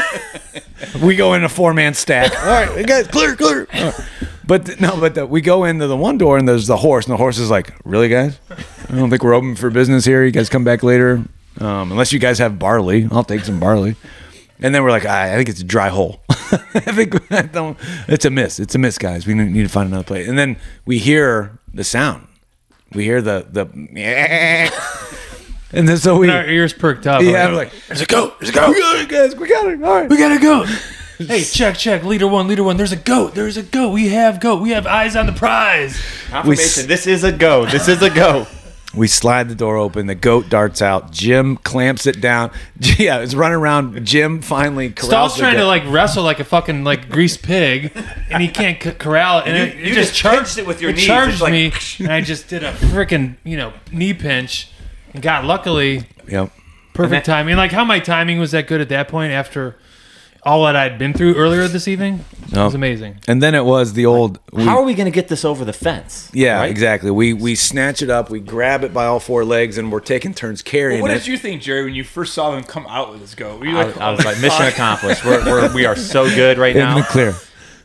Speaker 1: we go in a four man stack. All right, guys, clear, clear. All right. But th- no, but the, we go into the one door and there's the horse, and the horse is like, "Really, guys? I don't think we're open for business here. You guys come back later, um, unless you guys have barley. I'll take some barley." And then we're like, I, I think it's a dry hole. I think I don't, it's a miss. It's a miss, guys. We need to find another place. And then we hear the sound. We hear the the, and then so we
Speaker 3: Our ears perked up.
Speaker 1: yeah, I'm like, there's a goat, there's a goat. We got it, guys, we got it. All right. We got
Speaker 3: gotta go. Hey, check, check, leader one, leader one. There's a goat. There's a goat. We have goat. We have eyes on the prize.
Speaker 4: Confirmation.
Speaker 1: s-
Speaker 4: this is a go. This is a go.
Speaker 1: We slide the door open. The goat darts out. Jim clamps it down. Yeah, it's running around. Jim finally corrals
Speaker 3: Stahl's
Speaker 1: the
Speaker 3: trying to
Speaker 1: goat.
Speaker 3: like wrestle like a fucking like greased pig, and he can't c- corral it. And it,
Speaker 4: you
Speaker 3: it just
Speaker 4: just
Speaker 3: charged
Speaker 4: pinched it with your
Speaker 3: it
Speaker 4: knees.
Speaker 3: Charged
Speaker 4: It's like-
Speaker 3: me, and I just did a freaking you know knee pinch, and got luckily
Speaker 1: Yep.
Speaker 3: perfect timing. Like how my timing was that good at that point after all that I'd been through earlier this evening. It
Speaker 4: Oh.
Speaker 3: was amazing.
Speaker 1: And then it was the old. we-
Speaker 4: How are we going to get this over the fence?
Speaker 1: yeah,
Speaker 4: Right?
Speaker 1: exactly. We we snatch it up. We grab it by all four legs, and we're taking turns carrying
Speaker 2: What
Speaker 1: it.
Speaker 2: did you think, Jerry, when you first saw them come out with this goat? Were you
Speaker 4: I,
Speaker 2: like,
Speaker 4: I was like, mission accomplished. We're, we're, we are so good right
Speaker 1: in
Speaker 4: now.
Speaker 1: the clear.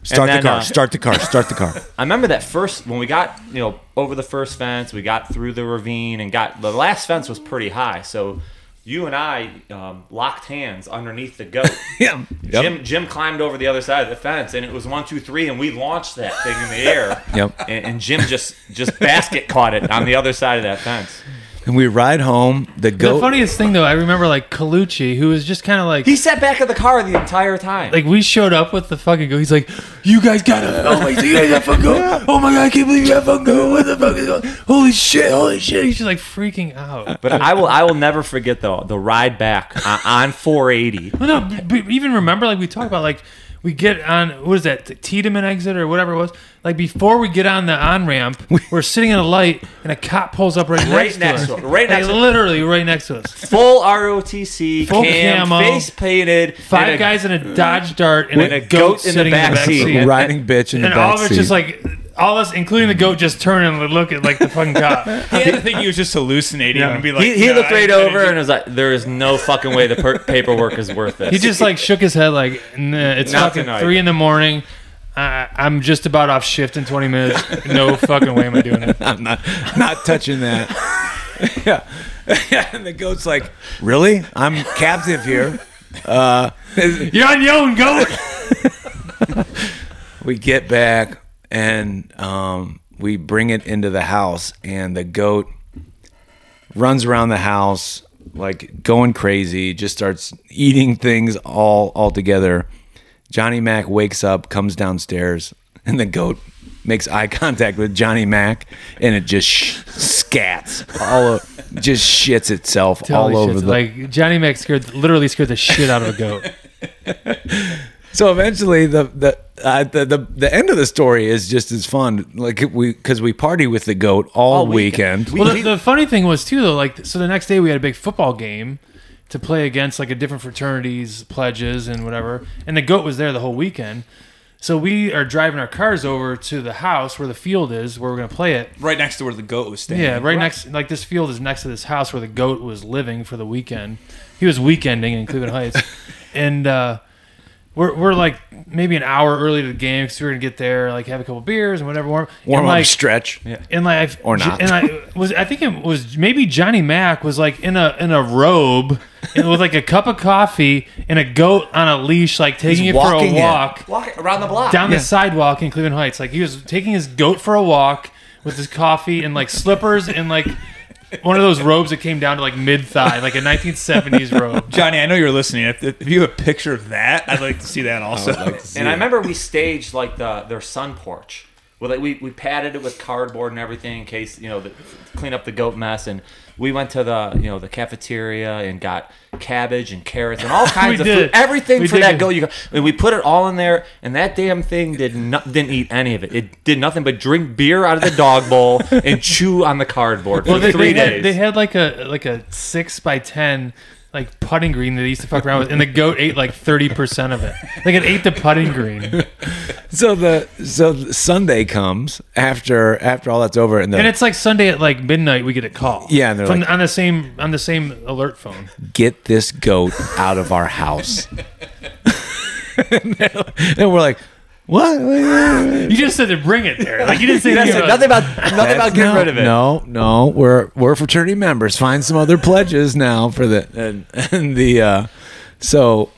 Speaker 1: Start
Speaker 4: then,
Speaker 1: the car.
Speaker 4: uh,
Speaker 1: start the car. Start the car.
Speaker 4: I remember that first when we got you know over the first fence, we got through the ravine and got the last fence was pretty high. So you and I um, locked hands underneath the goat.
Speaker 1: yeah. Yep.
Speaker 4: Jim Jim climbed over the other side of the fence and it was one two three and we launched that thing in the air.
Speaker 1: Yep.
Speaker 4: And, and Jim just just basket caught it on the other side of that fence.
Speaker 1: And we ride home. The goat.
Speaker 3: The funniest thing though, I remember like Colucci, who was just kind of like
Speaker 4: He sat back in the car the entire time.
Speaker 3: like we showed up with the fucking goat. He's like, "You guys got it! Oh my, you guys got fucking goat! Oh my god, I can't believe you got fucking goat! What the fuck is going? Holy shit! Holy shit!" He's just like freaking out.
Speaker 4: but I will I will never forget the the ride back on, on 480.
Speaker 3: But no, b- b- even remember like we talked about like we get on what is that the Tiedemann exit or whatever it was. Like before we get on the on ramp, we're sitting in a light and a cop pulls up right, next,
Speaker 4: next
Speaker 3: to
Speaker 4: to
Speaker 3: us,
Speaker 4: us, right
Speaker 3: Like,
Speaker 4: next to us.
Speaker 3: literally right next to us.
Speaker 4: Full ROTC,
Speaker 3: Full
Speaker 4: cam,
Speaker 3: camo.
Speaker 4: face painted,
Speaker 3: Five
Speaker 4: and a-
Speaker 3: guys in a Dodge Dart and
Speaker 4: with
Speaker 3: a
Speaker 4: a
Speaker 3: goat,
Speaker 4: goat in the
Speaker 3: sitting in
Speaker 4: back
Speaker 3: the back
Speaker 4: seat.
Speaker 3: seat.
Speaker 4: And-
Speaker 1: riding bitch in the
Speaker 3: And
Speaker 1: back
Speaker 3: all of
Speaker 1: seat.
Speaker 3: it's just like all us, including the goat, just turning and look at like the fucking cop.
Speaker 2: He had to think he was just hallucinating and be like,
Speaker 4: he, he
Speaker 2: "No,
Speaker 4: looked
Speaker 2: I
Speaker 4: right
Speaker 2: didn't
Speaker 4: over and was like, "There is no fucking way the per- paperwork is worth this."
Speaker 3: He just like shook his head like, nah, it's
Speaker 4: Not
Speaker 3: fucking
Speaker 4: tonight.
Speaker 3: three in the morning. I, I'm just about off shift in 20 minutes. No fucking way am I doing it.
Speaker 1: I'm not not touching that. yeah. and the goat's like, really? I'm captive here. Uh,
Speaker 3: You're on your own, goat.
Speaker 1: we get back and um, we bring it into the house, and the goat runs around the house like going crazy, just starts eating things all all together. Johnny Mac wakes up, comes downstairs, and the goat makes eye contact with Johnny Mac, and it just sh- scats all over, just shits itself all
Speaker 3: Holy shit.
Speaker 1: over the
Speaker 3: like Johnny Mac scared, literally scared the shit out of a goat.
Speaker 1: So eventually, the the, uh, the the the end of the story is just as fun. Like we because we party with the goat all, weekend.
Speaker 3: well, the, the funny thing was too, though. Like, so the next day we had a big football game to play against like a different fraternities pledges and whatever, and the goat was there the whole weekend. So we are driving our cars over to the house where the field is, where we're gonna play it.
Speaker 2: do it." Right next to where the goat was standing.
Speaker 3: Yeah, right, next, like this field is next to this house where the goat was living for the weekend. He was weekending in Cleveland Heights, and uh, we're we're like maybe an hour early to the game because we were gonna get there, like have a couple beers and whatever. Warm,
Speaker 1: Warm
Speaker 3: and,
Speaker 1: up
Speaker 3: like,
Speaker 1: stretch.
Speaker 3: and like I've,
Speaker 1: Or not.
Speaker 3: and I was I think it was maybe Johnny Mac was like in a in a robe and with like a cup of coffee and a goat on a leash, like taking
Speaker 1: He's
Speaker 3: it for a
Speaker 1: walking it.
Speaker 3: walk
Speaker 4: walk around the block.
Speaker 3: down the sidewalk in Cleveland Heights. Like he was taking his goat for a walk with his coffee and like slippers and like one of those robes that came down to like mid thigh, like a 1970s robe.
Speaker 2: Johnny, I know you're listening. If, if you have a picture of that, I'd like to see that also.
Speaker 4: and I remember we staged like the their sun porch. Well, like we, we padded it with cardboard and everything in case you know the, clean up the goat mess. And we went to the you know the cafeteria and got cabbage and carrots and all kinds of
Speaker 3: did.
Speaker 4: food, everything
Speaker 3: We
Speaker 4: for
Speaker 3: did
Speaker 4: that
Speaker 3: get-
Speaker 4: goat. You got, and we put it all in there, and that damn thing did not didn't eat any of it. It did nothing but drink beer out of the dog bowl and chew on the cardboard for
Speaker 3: Well, they, they,
Speaker 4: three days.
Speaker 3: had, they had like a like a six by ten like putting green that they used to fuck around with, and the goat ate like thirty percent of it. Like it ate the putting green, and
Speaker 1: So the so Sunday comes after after all that's over, and the
Speaker 3: it's like Sunday at like midnight we get a call.
Speaker 1: Yeah, and they're
Speaker 3: from,
Speaker 1: like-
Speaker 3: on the same on the same alert phone.
Speaker 1: get this goat out of our house. and, they're- and we're like, what?
Speaker 3: You just said to bring it there. Like you didn't say
Speaker 4: That's
Speaker 3: anything
Speaker 4: it. Nothing about nothing
Speaker 1: That's-
Speaker 4: about getting
Speaker 1: no,
Speaker 4: rid of it.
Speaker 1: No, no, we're we're fraternity members. Find some other pledges now for the and, and the. Uh, so,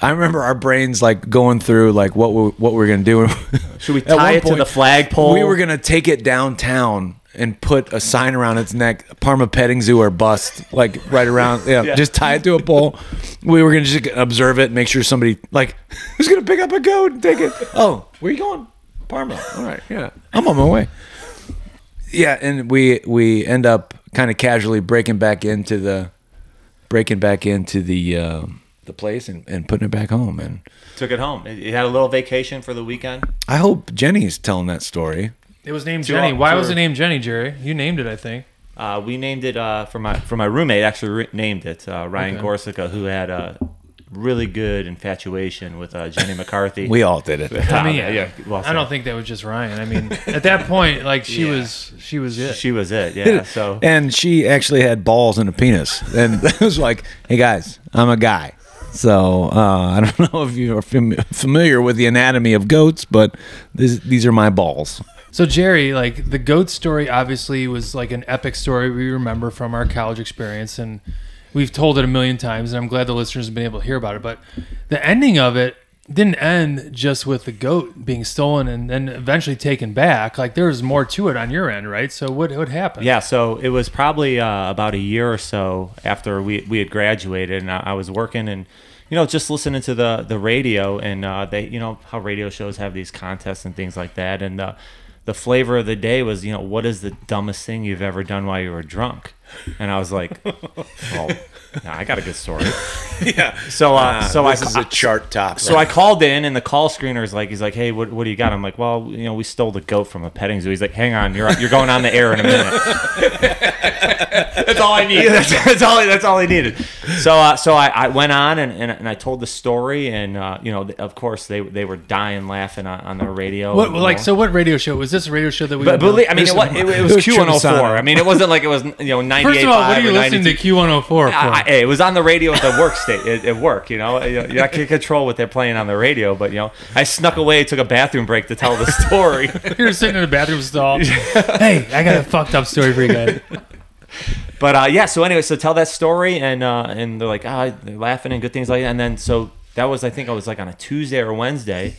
Speaker 1: I remember our brains like going through like what we, what we're gonna do.
Speaker 4: Should we
Speaker 1: At one
Speaker 4: tie it to
Speaker 1: point,
Speaker 4: the flagpole?
Speaker 1: We were gonna take it downtown and put a sign around its neck, Parma petting zoo or bust, like right around. Yeah, just tie it to a pole. We were gonna just observe it, make sure somebody like who's gonna pick up a goat and take it. Oh, where you going? Parma. All right, yeah, I'm on my way. Yeah, and we we end up kind of casually breaking back into the breaking back into the um the place and, and putting it back home. And
Speaker 4: took it home. It, it had a little vacation for the weekend.
Speaker 1: I hope Jenny's telling that story.
Speaker 3: It was named
Speaker 4: Two
Speaker 3: Jenny.
Speaker 4: up,
Speaker 3: Why
Speaker 4: two
Speaker 3: was it
Speaker 4: up.
Speaker 3: named Jenny, Jerry? You named it, I think.
Speaker 4: Uh, we named it uh, for my for my roommate. Actually, re- named it uh, Ryan
Speaker 3: Okay.
Speaker 4: Gorsica, who had a really good infatuation with uh, Jenny McCarthy.
Speaker 1: We all did it.
Speaker 4: Ah,
Speaker 3: I mean, yeah,
Speaker 4: well,
Speaker 3: I don't think that was just Ryan. I mean, at that point, like she was, she was it.
Speaker 4: she was it. Yeah. So
Speaker 1: And she actually had balls and a penis. And it was like, hey guys, I'm a guy. So uh, I don't know if you're fam- familiar with the anatomy of goats, but this, these are my balls.
Speaker 3: So Jerry, like the goat story, obviously was like an epic story we remember from our college experience, and we've told it a million times, and I'm glad the listeners have been able to hear about it. But the ending of it didn't end just with the goat being stolen and then eventually taken back. Like there was more to it on your end, right? So what what happened?
Speaker 4: Yeah, so it was probably uh, about a year or so after we, we had graduated, and I, I was working and you know just listening to the the radio, and uh, they you know how radio shows have these contests and uh, things like that, and the the flavor of the day was you know what is the dumbest thing you've ever done while you were drunk. And I was like, "Well, nah, I got a good story."
Speaker 5: yeah.
Speaker 4: So, uh, so I
Speaker 1: this is a chart top.
Speaker 4: so I called in, and the call screener is like, he's like, "Hey, what, what do you got?" I'm like, "Well, you know, we stole the goat from a petting zoo." He's like, "Hang on, you're you're going on the air in a minute." that's all I need. that's, that's all. That's all I needed. So, uh, so I, I went on and, and, and I told the story, and uh, you know, of course, they they were dying laughing on, on the radio.
Speaker 3: What
Speaker 4: and, you
Speaker 3: like
Speaker 4: know.
Speaker 3: so? What radio show was this? A radio show that we?
Speaker 4: But,
Speaker 3: would
Speaker 4: but
Speaker 3: know?
Speaker 4: I mean, it, wa- it, it was
Speaker 1: It was
Speaker 4: Q104.
Speaker 1: Trubisano.
Speaker 4: I mean, it wasn't like it was you know 98.5
Speaker 3: first of all, what are you
Speaker 4: or
Speaker 3: listening
Speaker 4: 92.
Speaker 3: to Q one hundred four for?
Speaker 4: I, I- it was on the radio at the work state at, at work. You know, you, know, I can control what they're playing on the radio, but you know, I snuck away, took a bathroom break to tell the story.
Speaker 3: You're sitting in the bathroom stall. hey, I got a fucked up story for you guys.
Speaker 4: but uh, yeah, so anyway, so tell that story, and uh, and they're like, ah, they're laughing and good things like that. And then so that was, I think, I was like on a Tuesday or Wednesday,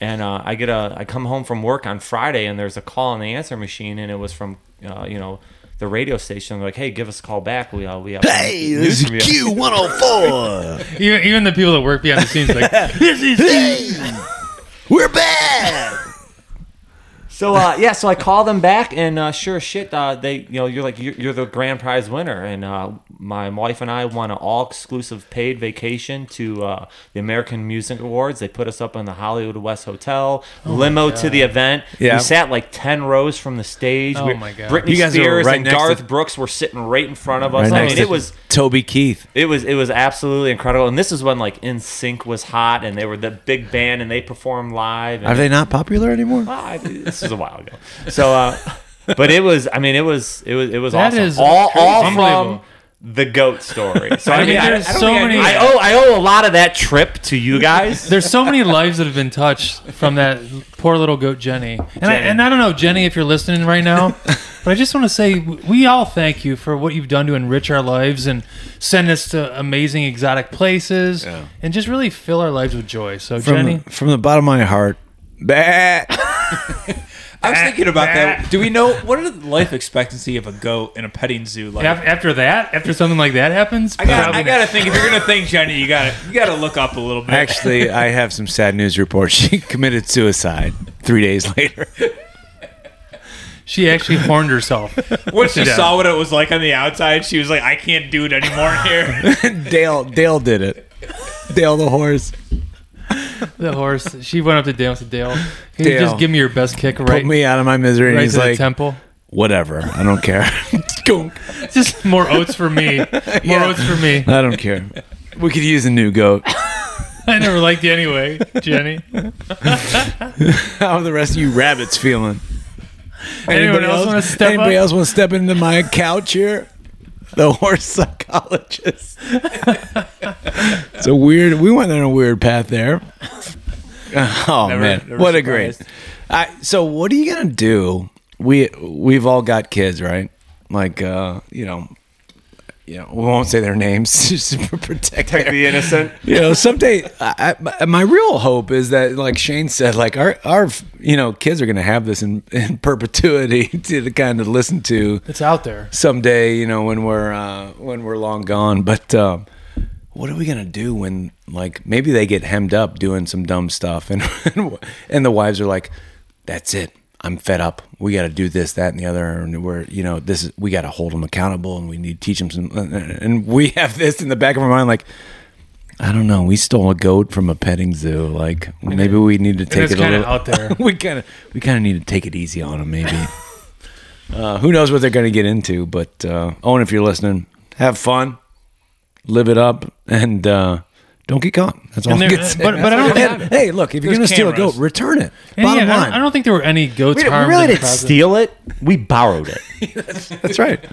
Speaker 4: and uh, I get a, I come home from work on Friday, and there's a call on the answer machine, and it was from, uh, you know, the radio station. They're like, hey, give us a call back. We uh, we have
Speaker 1: hey, this is
Speaker 4: news from you."
Speaker 1: Q one hundred four.
Speaker 3: Even, even the people that work behind the scenes, like this is.
Speaker 1: Hey, we're back.
Speaker 4: So uh, yeah, so I call them back, and uh, sure as shit, uh, they you know you're like you're, you're the grand prize winner, and uh, my wife and I won an all exclusive paid vacation to uh, the American Music Awards. They put us up in the Hollywood West Hotel,
Speaker 3: Oh
Speaker 4: limo to the event.
Speaker 1: Yeah.
Speaker 4: we sat like ten rows from the stage.
Speaker 3: Oh
Speaker 4: We-
Speaker 3: my God.
Speaker 4: Britney
Speaker 1: You guys were
Speaker 4: Spears
Speaker 1: right
Speaker 4: and
Speaker 1: next to-
Speaker 4: Garth Brooks were sitting right in front of us. I mean, it was
Speaker 1: Toby Keith.
Speaker 4: it was it was absolutely incredible. And this is when like In Sync was hot, and they were the big band, and they performed live. and-
Speaker 1: Are they not popular anymore?
Speaker 4: well, I- this was a while ago. So, uh, but it was. I mean, it was. It was. It was
Speaker 3: That
Speaker 4: awesome.
Speaker 3: is
Speaker 4: all
Speaker 3: crazy.
Speaker 4: all from
Speaker 3: Unbelievable.
Speaker 4: the goat story. So I,
Speaker 3: I
Speaker 4: mean,
Speaker 3: mean,
Speaker 4: I,
Speaker 3: there's
Speaker 4: I don't
Speaker 3: so
Speaker 4: think I-
Speaker 3: many-
Speaker 4: I owe I owe a lot of that trip to you guys.
Speaker 3: There's so many lives that have been touched from that poor little goat Jenny. And, I,
Speaker 4: Jenny.
Speaker 3: and I don't know, Jenny, if you're listening right now, but I just want to say we all thank you for what you've done to enrich our lives and send us to amazing exotic places and just really fill our lives with joy. So, Jenny,
Speaker 1: From, from the bottom of my heart. Bah.
Speaker 2: I was thinking about that. Do we know what are the life expectancy of a goat in a petting zoo like?
Speaker 3: af- after that, after something like that happens,
Speaker 2: I got. I
Speaker 3: probably-
Speaker 2: got to think. If you're gonna think, Jenny, you got to you got to look up a little bit.
Speaker 1: Actually, I have some sad news report. She committed suicide three days later.
Speaker 3: she actually horned herself.
Speaker 2: Once she
Speaker 3: Yeah.
Speaker 2: saw what it was like on the outside, she was like, "I can't do it anymore here."
Speaker 1: Dale Dale did it. Dale the horse.
Speaker 3: The horse, she went up to Dale and said, Dale, can you
Speaker 1: Dale,
Speaker 3: just give me your best kick
Speaker 1: Put
Speaker 3: right,
Speaker 1: me out of my misery. and
Speaker 3: right
Speaker 1: he's
Speaker 3: to
Speaker 1: like,
Speaker 3: the temple?
Speaker 1: whatever. I don't care. Skunk.
Speaker 3: Just more oats for me. More oats for me.
Speaker 1: I don't care. We could use a new goat.
Speaker 3: I never liked you anyway, Jenny.
Speaker 1: How are the rest of you rabbits feeling?
Speaker 3: Anyone else wanna step
Speaker 1: Anybody
Speaker 3: up?
Speaker 1: else want to step into my couch here? The horse psychologist. it's a weird. We went on a weird path there. Oh man,
Speaker 2: never
Speaker 1: what a
Speaker 2: surprised.
Speaker 1: great. I, so what are you gonna do? We we've all got kids, right? Like uh, you know, you know, we won't say their names just to protect their,
Speaker 4: the innocent.
Speaker 1: you know someday I, I, my real hope is that like shane said like our our you know kids are going to have this in, in perpetuity to the kind of listen to
Speaker 3: It's out there.
Speaker 1: someday you know when we're uh when we're long gone but um what are we gonna do when like maybe they get hemmed up doing some dumb stuff and and the wives are like that's it i'm fed up we gotta do this that and the other and we're you know this is we gotta hold them accountable and we need to teach them some and we have this in the back of our mind like I don't know. We stole a goat from a petting zoo. Like maybe we need to take
Speaker 3: it's
Speaker 1: it a
Speaker 3: kinda
Speaker 1: little
Speaker 3: out there.
Speaker 1: we kind of we kind of need to take it easy on them. Maybe uh, who knows what they're going to get into? But uh, Owen, if you're listening, have fun, live it up, and uh, don't get caught. That's all.
Speaker 3: And
Speaker 1: I
Speaker 3: there-
Speaker 1: can say.
Speaker 3: but- but I don't
Speaker 1: And, hey, look, if you're going
Speaker 2: There's
Speaker 1: to steal a
Speaker 2: cameras.
Speaker 1: goat, return it.
Speaker 3: And
Speaker 1: Bottom
Speaker 3: yeah, I don't-
Speaker 1: line,
Speaker 3: I, don't think there were any goats
Speaker 4: We, we
Speaker 3: harmed.
Speaker 4: really
Speaker 3: in the
Speaker 4: didn't
Speaker 3: process.
Speaker 4: steal it. We borrowed it.
Speaker 1: that's right.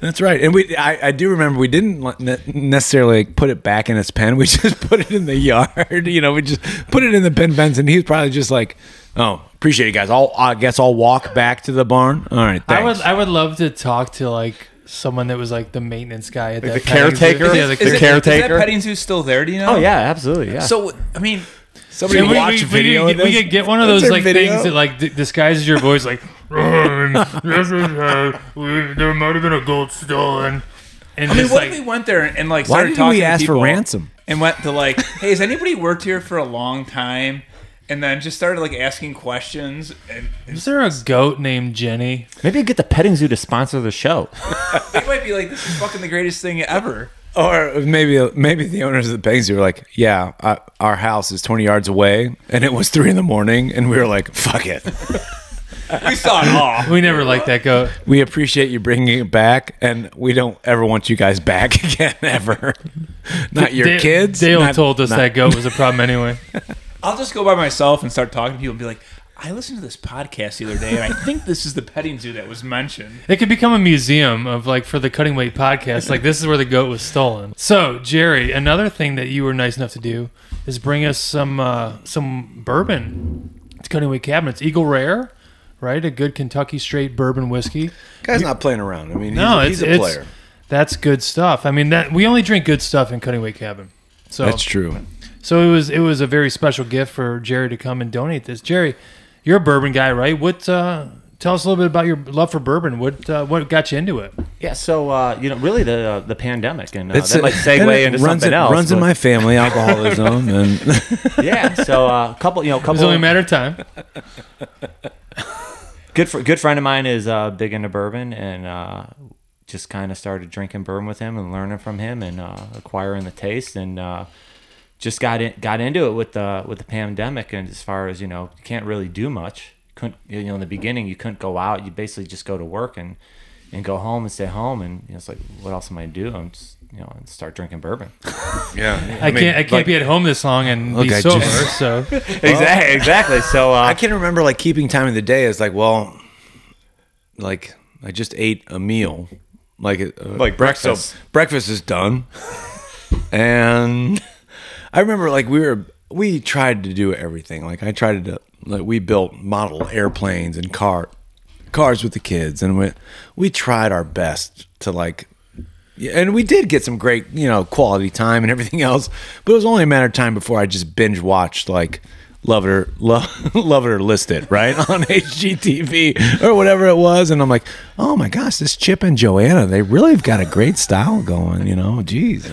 Speaker 1: That's right. And we, I, I do remember we didn't le- ne- necessarily put it back in its pen. We just put it in the yard. You know, we just put it in the pen fence, and he was probably just like, "Oh, appreciate it, guys. I'll, I guess I'll walk back to the barn. All right,
Speaker 3: I
Speaker 1: thanks."
Speaker 3: would. I would love to talk to like someone that was like the maintenance guy at that
Speaker 4: the
Speaker 3: petting zoo.
Speaker 4: caretaker?
Speaker 3: Yeah, the
Speaker 4: Is it-
Speaker 3: care-
Speaker 2: Is
Speaker 4: caretaker?
Speaker 2: that petting zoo still there? Do you know?
Speaker 4: Oh yeah, absolutely. Yeah.
Speaker 2: So I mean,
Speaker 1: Somebody
Speaker 3: we,
Speaker 1: watch
Speaker 3: we- we
Speaker 1: video.
Speaker 3: could,
Speaker 1: of
Speaker 3: get- we
Speaker 1: this?
Speaker 3: could get one of
Speaker 1: That's
Speaker 3: those
Speaker 1: our
Speaker 3: like
Speaker 1: video?
Speaker 3: things that like d- disguises your voice like "Um, this is, uh, we- there might have been a goat stolen and
Speaker 2: I mean,
Speaker 3: just
Speaker 2: what
Speaker 3: like
Speaker 2: if we went there and like
Speaker 1: Why
Speaker 2: started
Speaker 1: didn't
Speaker 2: talking
Speaker 1: we
Speaker 2: to
Speaker 1: ask for
Speaker 2: people
Speaker 1: ransom?
Speaker 2: and went to like, hey, has anybody worked here for a long time? and then just started like asking questions. And, and
Speaker 3: Is there a goat named Jenny?
Speaker 4: Maybe get the petting zoo to sponsor the show.
Speaker 2: they might be like, "This is fucking the greatest thing ever."
Speaker 1: Or maybe maybe the owners of the Bangs were like, yeah, I, our house is 20 yards away, and it was three in the morning, and we were like, fuck it.
Speaker 2: We saw it all.
Speaker 3: We never liked that goat.
Speaker 1: We appreciate you bringing it back, and we don't ever want you guys back again, ever. Not your
Speaker 3: Dale-
Speaker 1: kids.
Speaker 3: Dale
Speaker 1: not-
Speaker 3: told us
Speaker 1: not-
Speaker 3: that goat was a problem anyway.
Speaker 2: I'll just go by myself and start talking to people and be like, "I listened to this podcast the other day, and I think this is the petting zoo that was mentioned."
Speaker 3: It could become a museum of like for the cutting weight podcast. Like this is where the goat was stolen. So Jerry, another thing that you were nice enough to do is bring us some uh, some bourbon to cutting weight cabinets. Eagle Rare, right? A good Kentucky straight bourbon whiskey.
Speaker 1: Guy's not playing around. I mean, he's,
Speaker 3: No,
Speaker 1: he's
Speaker 3: it's,
Speaker 1: a
Speaker 3: it's
Speaker 1: player.
Speaker 3: that's good stuff. I mean that we only drink good stuff in cutting weight cabin. So
Speaker 1: That's true.
Speaker 3: so it was it was a very special gift for Jerry to come and donate this. Jerry, you're a bourbon guy, right? What uh, tell us a little bit about your love for bourbon. What uh, what got you into it?
Speaker 4: Yeah, so uh, you know, really the uh, the pandemic and uh,
Speaker 1: It's
Speaker 4: that
Speaker 1: a-
Speaker 4: might
Speaker 1: and
Speaker 4: segue
Speaker 1: it
Speaker 4: into
Speaker 1: runs
Speaker 4: something
Speaker 1: in,
Speaker 4: else.
Speaker 1: Runs in
Speaker 4: but-
Speaker 1: my family, alcoholism, and
Speaker 4: yeah. So uh, a couple, you know, a
Speaker 3: It was
Speaker 4: couple.
Speaker 3: only a matter of time.
Speaker 4: good fr- good friend of mine is uh, big into bourbon and uh, just kind of started drinking bourbon with him and learning from him and uh, acquiring the taste and uh, just got in, got into it with the with the pandemic and as far as you know you can't really do much couldn't you know in the beginning you couldn't go out you basically just go to work and and go home and stay home and you know, it's like what else am I do I'm just, you know and start drinking bourbon
Speaker 1: yeah,
Speaker 3: I, can't I can't be at home this long and
Speaker 1: Look,
Speaker 3: be
Speaker 1: I
Speaker 3: sober.
Speaker 1: just-
Speaker 3: so
Speaker 4: exactly exactly so uh,
Speaker 1: I can't remember like keeping time of the day. It's like, well, like I just ate a meal, like uh,
Speaker 4: Like breakfast.
Speaker 1: so breakfast is done, and I remember like we were we tried to do everything. Like I tried to like we built model airplanes and car cars with the kids, and we we tried our best to like. yeah, And we did get some great, you know, quality time and everything else, but it was only a matter of time before I just binge watched like Love It or Love, Love It or List It, right on HGTV or whatever it was, and I'm like, oh my gosh, this Chip and Joanna, they really have got a great style going, you know, jeez.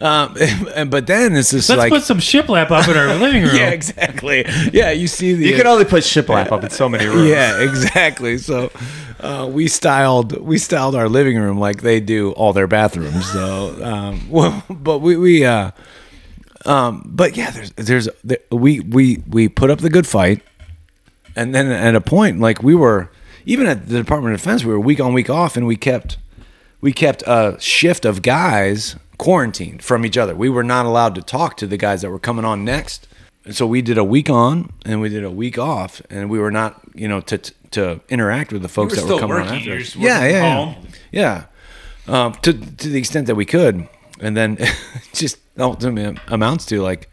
Speaker 1: Um, and- but then it's just
Speaker 3: let's
Speaker 1: like,
Speaker 3: put some shiplap up in our living room.
Speaker 1: yeah, exactly. Yeah, you see the uh,
Speaker 4: you can only put shiplap up in so many rooms
Speaker 1: yeah, exactly. So uh, we styled we styled our living room like they do all their bathrooms. So, um, well, but we we uh, um, but yeah, there's there's there, we we we put up the good fight, and then at a point like we were even at the Department of Defense, we were week on week off, and we kept we kept a shift of guys quarantined from each other. We were not allowed to talk to the guys that were coming on next. And so we did a week on and we did a week off, and we were not, you know, to to interact with the folks
Speaker 2: You were
Speaker 1: that were
Speaker 2: still
Speaker 1: coming on
Speaker 2: working.
Speaker 1: after.
Speaker 2: You were
Speaker 1: us.
Speaker 2: just working
Speaker 1: yeah,
Speaker 2: from
Speaker 1: yeah,
Speaker 2: home.
Speaker 1: yeah, yeah. Um, to to the extent that we could, and then just ultimately amounts to like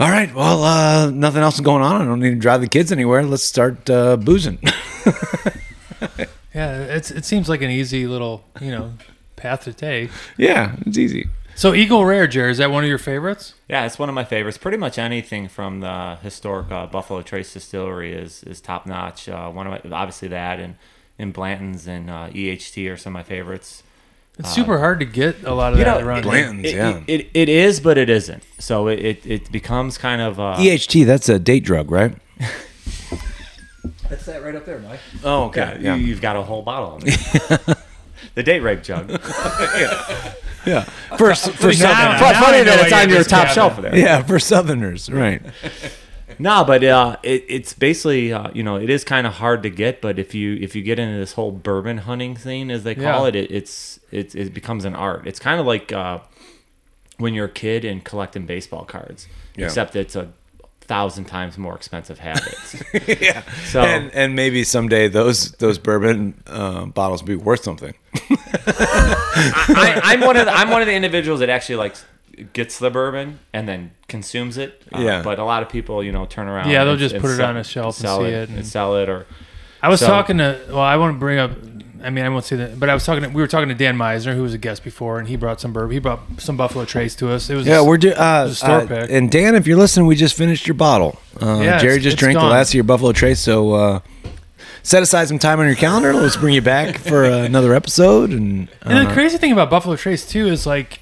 Speaker 1: all right. Well, uh, nothing else is going on. I don't need to drive the kids anywhere. Let's start uh, boozing.
Speaker 3: Yeah, it's it seems like an easy little you know path to take.
Speaker 1: yeah, it's easy.
Speaker 3: So Eagle Rare, Jerry, is that one of your favorites?
Speaker 4: Yeah, it's one of my favorites. Pretty much anything from the historic uh, Buffalo Trace Distillery is is top notch. Uh, one of my, obviously that and and Blanton's and uh, EHT are some of my favorites.
Speaker 1: Uh,
Speaker 3: It's super hard to get a lot of that around. here.
Speaker 1: Blanton's,
Speaker 4: it,
Speaker 1: yeah.
Speaker 4: it, it, it is, but it isn't. So it, it, it becomes kind of uh,
Speaker 1: EHT. E That's a date drug, right?
Speaker 2: That's that right up there, Mike.
Speaker 1: Oh,
Speaker 4: yeah, You, have got a whole bottle. of it. the date rape jug.
Speaker 1: yeah. For for
Speaker 3: Now-
Speaker 1: southerners.
Speaker 3: now I
Speaker 4: funny
Speaker 3: know
Speaker 4: that it's
Speaker 3: why
Speaker 4: on
Speaker 3: you're
Speaker 4: your
Speaker 3: just
Speaker 4: top
Speaker 3: gabbing.
Speaker 4: shelf there.
Speaker 1: Yeah, for southerners, right?
Speaker 4: No, but uh, it, it's basically uh, you know it is kind of hard to get, but if you if you get into this whole bourbon hunting thing as they call
Speaker 3: Yeah.
Speaker 4: it, it, it's it's it becomes an art. It's kind of like uh, when you're a kid and collecting baseball cards,
Speaker 1: Yeah.
Speaker 4: except it's a thousand times more expensive habits.
Speaker 1: yeah.
Speaker 4: So-
Speaker 1: and and maybe someday those those bourbon uh, bottles will be worth something.
Speaker 4: I, I'm one of the, I'm one of the individuals that actually like gets the bourbon and then consumes it. Uh,
Speaker 1: Yeah.
Speaker 4: But a lot of people, you know, turn around.
Speaker 3: Yeah, they'll
Speaker 4: and-
Speaker 3: just
Speaker 4: and
Speaker 3: put it
Speaker 4: sell-
Speaker 3: on a shelf and
Speaker 4: sell
Speaker 3: see
Speaker 4: it,
Speaker 3: it and-
Speaker 4: and sell it or.
Speaker 3: I was
Speaker 4: So-
Speaker 3: talking to well, I want to bring up. I mean, I won't say that, but I was talking. To, we were talking to Dan Meisner, who was a guest before, and he brought some bourbon. He brought some Buffalo Trace to us. It was
Speaker 1: Yeah,
Speaker 3: a-
Speaker 1: we're do, uh,
Speaker 3: a store
Speaker 1: uh,
Speaker 3: pick.
Speaker 1: and Dan, if you're listening, we just finished your bottle. Uh,
Speaker 3: Yeah,
Speaker 1: Jerry
Speaker 3: it's-
Speaker 1: just
Speaker 3: it's
Speaker 1: drank the
Speaker 3: gone.
Speaker 1: last of your Buffalo Trace, so uh, set aside some time on your calendar. Let's bring you back for uh, another episode. And
Speaker 4: Uh-huh.
Speaker 3: And the crazy thing about Buffalo Trace too is like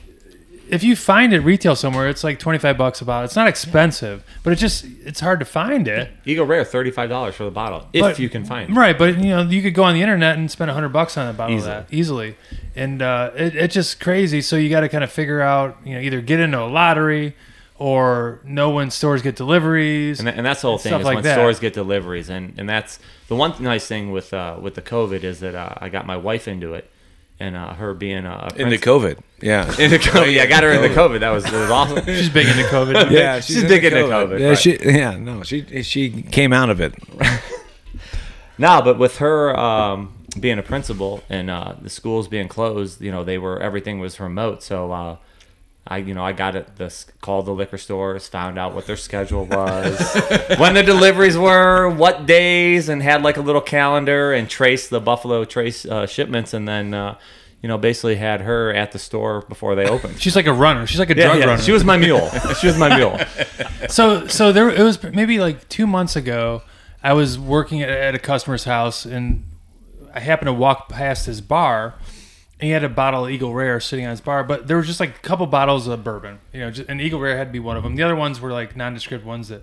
Speaker 3: if you find it retail somewhere, it's like twenty five bucks a bottle. It's not expensive, but it just it's hard to find it.
Speaker 4: Eagle Rare, thirty-five dollars for the bottle, if
Speaker 3: But-
Speaker 4: you can find it.
Speaker 3: Right, but you know you could go on the internet and spend hundred bucks on a bottle
Speaker 4: Easily.
Speaker 3: of that easily, and uh, it, it's just crazy. So you got to kind of figure out you know either get into a lottery or know when stores get deliveries.
Speaker 4: And, tha- and that's the whole thing
Speaker 3: Stuff
Speaker 4: is
Speaker 3: like
Speaker 4: when
Speaker 3: that.
Speaker 4: stores get deliveries, and, and that's the one nice thing with uh, with the COVID is that uh, I got my wife into it, and uh, her being a a
Speaker 1: in the
Speaker 4: princi-
Speaker 1: COVID. Yeah.
Speaker 4: into COVID, yeah, I got her into COVID. That was that was awesome.
Speaker 3: She's big into COVID.
Speaker 1: Yeah,
Speaker 4: she's big into COVID,
Speaker 1: Yeah,
Speaker 4: right.
Speaker 1: she, yeah, no, she she came out of it.
Speaker 4: No, but with her um, being a principal and uh, the schools being closed, you know, they were everything was remote. So uh, I, you know, I got it. This called the liquor stores, found out what their schedule was, when the deliveries were, what days, and had like a little calendar and traced the Buffalo Trace uh, shipments, and then uh, you know basically had her at the store before they opened.
Speaker 3: She's like a runner. She's like a
Speaker 4: Yeah,
Speaker 3: drug
Speaker 4: yeah,
Speaker 3: runner.
Speaker 4: she was my mule. She was my mule.
Speaker 3: so so there it was maybe like two months ago i was working at, at a customer's house and i happened to walk past his bar and he had a bottle of eagle rare sitting on his bar but there was just like a couple bottles of bourbon you know just, and eagle rare had to be one of them the other ones were like nondescript ones that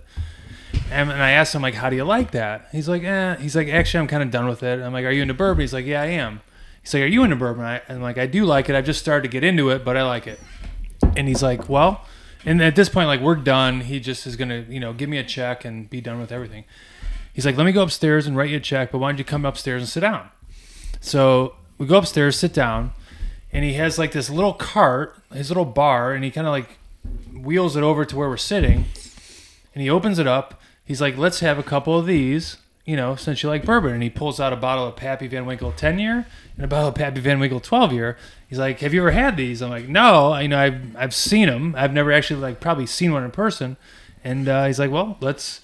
Speaker 3: and, and I asked him like, "How do you like that?" He's like, "Eh." He's like, "Actually, I'm kind of done with it." I'm like, "Are you into bourbon?" He's like, "Yeah, I am." He's like, "Are you into bourbon?" I, and like, "I do like it. I've just started to get into it, but I like it." And he's like, "Well," and at this point, like, we're done. He just is gonna, you know, give me a check and be done with everything. He's like, "Let me go upstairs and write you a check, but why don't you come upstairs and sit down?" So we go upstairs, sit down, and he has like this little cart, his little bar, and he kind of like wheels it over to where we're sitting and he opens it up. He's like, "Let's have a couple of these, you know, since you like bourbon." And he pulls out a bottle of Pappy Van Winkle 10 year and a bottle of Pappy Van Winkle 12 year. He's like, "Have you ever had these?" I'm like, "No, I- you know, I've I've seen them. I've never actually like probably seen one in person." And uh, he's like, "Well, let's."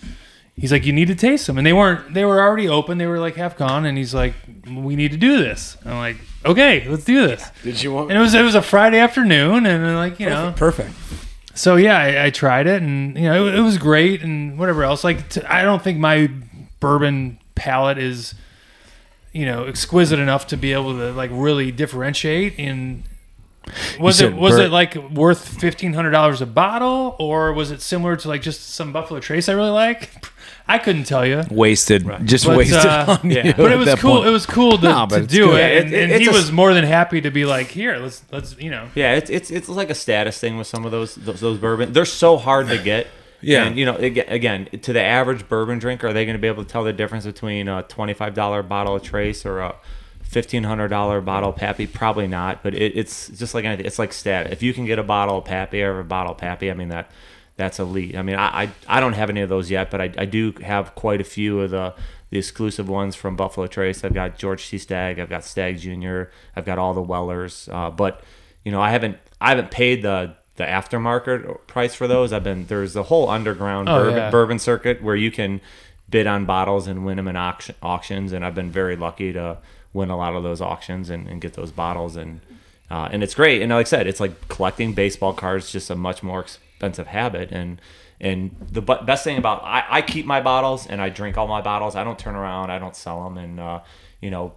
Speaker 3: He's like, "You need to taste them." And they weren't. They were already open. They were like half gone. And he's like, "We need to do this." I'm like, "Okay, let's do this."
Speaker 1: Did you want?
Speaker 3: And it was it was a Friday afternoon, and like you know,
Speaker 2: Perfect.
Speaker 3: so yeah, I, I tried it, and you know, it, it was great, and whatever else. Like, t- I don't think my bourbon palate is, you know, exquisite enough to be able to like really differentiate. And was
Speaker 1: You
Speaker 3: it
Speaker 1: said
Speaker 3: was
Speaker 1: bur-
Speaker 3: it like worth fifteen hundred dollars a bottle, or was it similar to like just some Buffalo Trace I really like? I couldn't tell you.
Speaker 1: Wasted, just
Speaker 3: But,
Speaker 1: wasted.
Speaker 3: uh,
Speaker 1: on
Speaker 4: yeah.
Speaker 1: you
Speaker 3: But
Speaker 1: at
Speaker 3: it was
Speaker 1: that
Speaker 3: cool.
Speaker 1: point.
Speaker 3: It was cool to,
Speaker 1: No, but
Speaker 3: to
Speaker 1: it's
Speaker 3: do
Speaker 1: good.
Speaker 3: it,
Speaker 4: Yeah,
Speaker 3: and,
Speaker 4: it-
Speaker 3: and
Speaker 4: it's
Speaker 3: he
Speaker 4: a-
Speaker 3: was more than happy to be like, "Here, let's let's you know."
Speaker 4: Yeah, it's it's it's like a status thing with some of those those, those bourbon. They're so hard to get.
Speaker 1: Yeah.
Speaker 4: and you know, ag- again, to the average bourbon drinker, are they going to be able to tell the difference between a twenty-five dollar bottle of Trace or a fifteen hundred dollar bottle of Pappy? Probably not. But it, it's just like anything. It's like status. If you can get a bottle of Pappy or a bottle of Pappy, I mean that that's elite. I mean, I I, I don't have any of those yet, but I, I do have quite a few of the. The exclusive ones from Buffalo Trace. I've got George C. Stagg. I've got Stagg Jr. I've got all the Wellers. Uh, but you know, I haven't I haven't paid the the aftermarket price for those. I've been there's the whole underground
Speaker 3: Oh,
Speaker 4: bourbon,
Speaker 3: yeah.
Speaker 4: bourbon circuit where you can bid on bottles and win them in auction, auctions, and I've been very lucky to win a lot of those auctions and, and get those bottles and uh, and it's great. And like I said, it's like collecting baseball cards, just a much more expensive habit and. And the bu- best thing about I, I keep my bottles and I drink all my bottles. I don't turn around. I don't sell them. And uh, you know,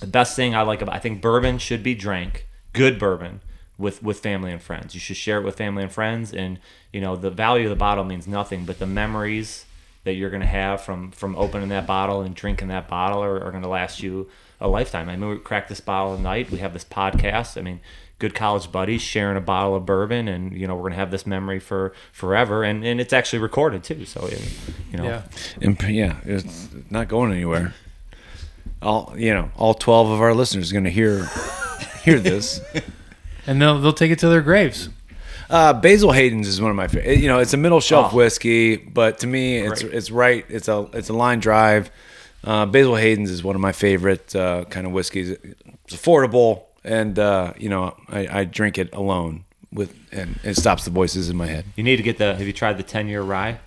Speaker 4: the best thing I like about I think bourbon should be drank, good bourbon with with family and friends. You should share it with family and friends and you know the value of the bottle means nothing but the memories that you're going to have from from opening that bottle and drinking that bottle are, are going to last you a lifetime. I mean we crack this bottle at night, we have this podcast. I mean good college buddies sharing a bottle of bourbon and you know we're going to have this memory for forever and and it's actually recorded too. So it, you know
Speaker 3: Yeah.
Speaker 1: And, yeah, it's not going anywhere. All you know, all twelve of our listeners are going to hear hear this.
Speaker 3: And they'll they'll take it to their graves.
Speaker 1: Uh, Basil Hayden's is one of my favorite. You know, it's a middle shelf
Speaker 4: Oh.
Speaker 1: whiskey, but to me, it's
Speaker 4: Great.
Speaker 1: it's right. It's a it's a line drive. Uh, Basil Hayden's is one of my favorite uh, kind of whiskeys. It's affordable, and uh, you know, I, I drink it alone with, and it stops the voices in my head.
Speaker 4: you need to get the have you tried the 10 year rye?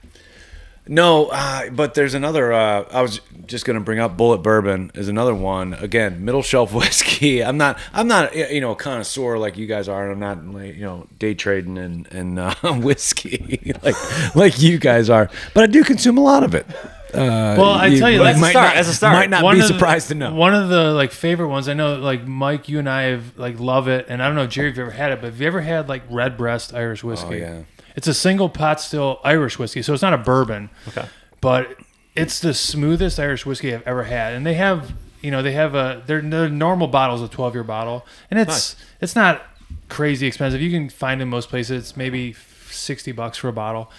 Speaker 1: No, uh, but there's another. Uh, I was just going to bring up Bullet Bourbon is another one. Again, middle shelf whiskey. I'm not. I'm not. y- You know, a connoisseur like you guys are, and I'm not. like, You know, day trading and and uh, whiskey like like you guys are. But I do consume a lot of it. uh,
Speaker 3: Well, I tell you,
Speaker 1: might
Speaker 3: that's a
Speaker 1: not-
Speaker 4: start, that's a start.
Speaker 1: Might not
Speaker 3: One
Speaker 1: be
Speaker 3: of the-
Speaker 1: surprised to know.
Speaker 3: One of the like favorite ones I know, like Mike, you and I have like love it, and I don't know Jerry if you've ever had it, but have you ever had like red breast Irish whiskey?
Speaker 1: Oh, yeah.
Speaker 3: it's a single pot still Irish whiskey, so it's not a bourbon.
Speaker 4: Okay.
Speaker 3: but it's the smoothest Irish whiskey I've ever had, and they have you know they have a their, their normal bottles a twelve year bottle, and it's it's not crazy expensive. You can find in most places. It's maybe sixty bucks for a bottle,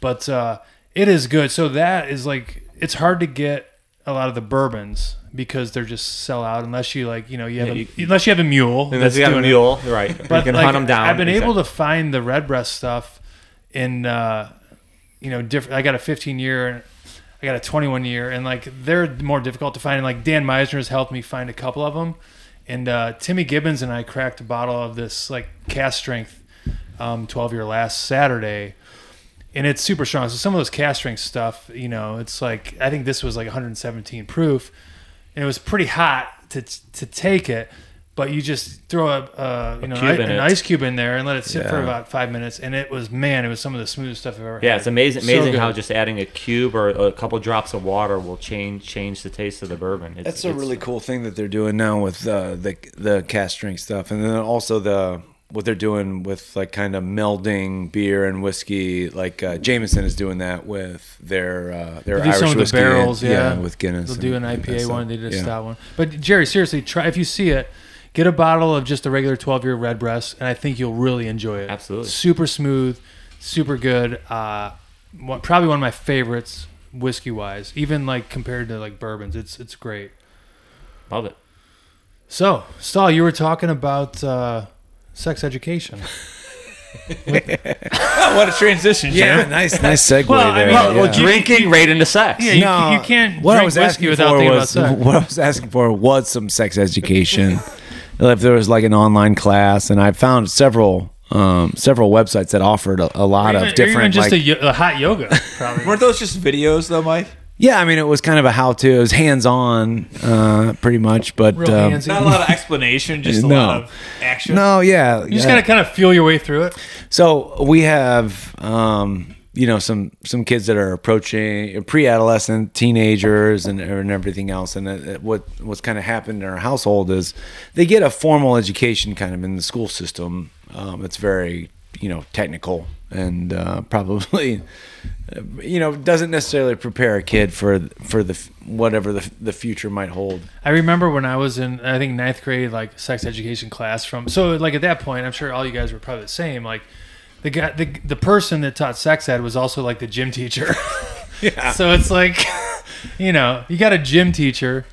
Speaker 3: but uh, it is good. So that is like it's hard to get a lot of the bourbons because they're just sell out unless you like you know you have
Speaker 4: Yeah,
Speaker 3: a, unless you have a mule
Speaker 4: Unless you got a
Speaker 3: doing it
Speaker 4: mule, right? you can
Speaker 3: like,
Speaker 4: hunt them down.
Speaker 3: I've been able
Speaker 4: Exactly.
Speaker 3: to find the redbreast stuff in, uh, you know, different. I got a 15 year and I got a 21 year, and like they're more difficult to find. And like Dan Meisner has helped me find a couple of them, and uh, Timmy Gibbons and I cracked a bottle of this like cast strength um, 12 year last Saturday. And it's super strong. So some of those cast strength stuff, you know, it's like I think this was like 117 proof, and it was pretty hot to to take it. But you just throw a, uh, you know
Speaker 4: cube
Speaker 3: an,
Speaker 4: in
Speaker 3: an
Speaker 4: it.
Speaker 3: ice cube in there and let it sit for
Speaker 1: Yeah.
Speaker 3: about five minutes, and it was man, it was some of the smoothest stuff I've ever had.
Speaker 4: Yeah, it's amazing.
Speaker 3: So
Speaker 4: Amazing
Speaker 3: good.
Speaker 4: how just adding a cube or a couple drops of water will change change the taste of the bourbon. It's,
Speaker 1: That's a
Speaker 4: it's-
Speaker 1: really cool thing that they're doing now with uh, the the cast drink stuff, and then also the what they're doing with like kind of melding beer and whiskey. Like uh, Jameson is doing that with their uh, their
Speaker 3: They do
Speaker 1: Irish
Speaker 3: some of the
Speaker 1: whiskey
Speaker 3: barrels,
Speaker 1: and-
Speaker 3: yeah.
Speaker 1: with Guinness.
Speaker 3: They'll
Speaker 1: and-
Speaker 3: do an
Speaker 1: and
Speaker 3: IPA
Speaker 1: stuff.
Speaker 3: one. They did a
Speaker 1: Yeah.
Speaker 3: stout one. But Jerry, seriously, try if you see it, get a bottle of just a regular 12 year red breast, and I think you'll really enjoy it.
Speaker 4: Absolutely.
Speaker 3: super smooth, super good. Uh, one, probably one of my favorites whiskey wise, even like compared to like bourbons. It's it's great.
Speaker 4: love it.
Speaker 3: So, Stahl, you were talking about uh, sex education.
Speaker 2: what a transition,
Speaker 1: Yeah,
Speaker 2: Jim.
Speaker 1: nice, nice segue
Speaker 3: Well, I
Speaker 1: there.
Speaker 3: mean, well,
Speaker 1: yeah.
Speaker 3: You-
Speaker 4: Drinking right into sex.
Speaker 3: Yeah. you- you can't
Speaker 1: what I
Speaker 3: drink
Speaker 1: was
Speaker 3: whiskey
Speaker 1: asking
Speaker 3: without
Speaker 1: for
Speaker 3: thinking
Speaker 1: was,
Speaker 3: about sex.
Speaker 1: What I was asking for was some sex education. if there was like an online class, and I found several um, several websites that offered a, a lot
Speaker 3: Even-
Speaker 1: of
Speaker 3: or even
Speaker 1: different
Speaker 3: just
Speaker 1: like,
Speaker 3: a, yo- a hot yoga. Probably.
Speaker 2: Weren't those just videos though, Mike?
Speaker 1: Yeah, I mean, it was kind of a how-to. It was hands-on, uh, pretty much. But
Speaker 3: Real
Speaker 1: um,
Speaker 3: handsy.
Speaker 2: Not a lot of explanation, just a
Speaker 1: No.
Speaker 2: lot of action.
Speaker 1: no, yeah,
Speaker 3: you just
Speaker 1: yeah.
Speaker 3: gotta kind of feel your way through it.
Speaker 1: So we have, um, you know, some some kids that are approaching pre-adolescent, teenagers, and, and everything else. And uh, what what's kind of happened in our household is they get a formal education kind of in the school system. Um, it's very you know technical and uh, probably uh, you know doesn't necessarily prepare a kid for for the f- whatever the, f- the future might hold.
Speaker 3: I remember when I was in, I think ninth grade, like sex education class from. So like at that point, I'm sure all you guys were probably the same. Like the guy, the, the person that taught sex ed was also like the gym teacher. yeah. So it's like, you know, you got a gym teacher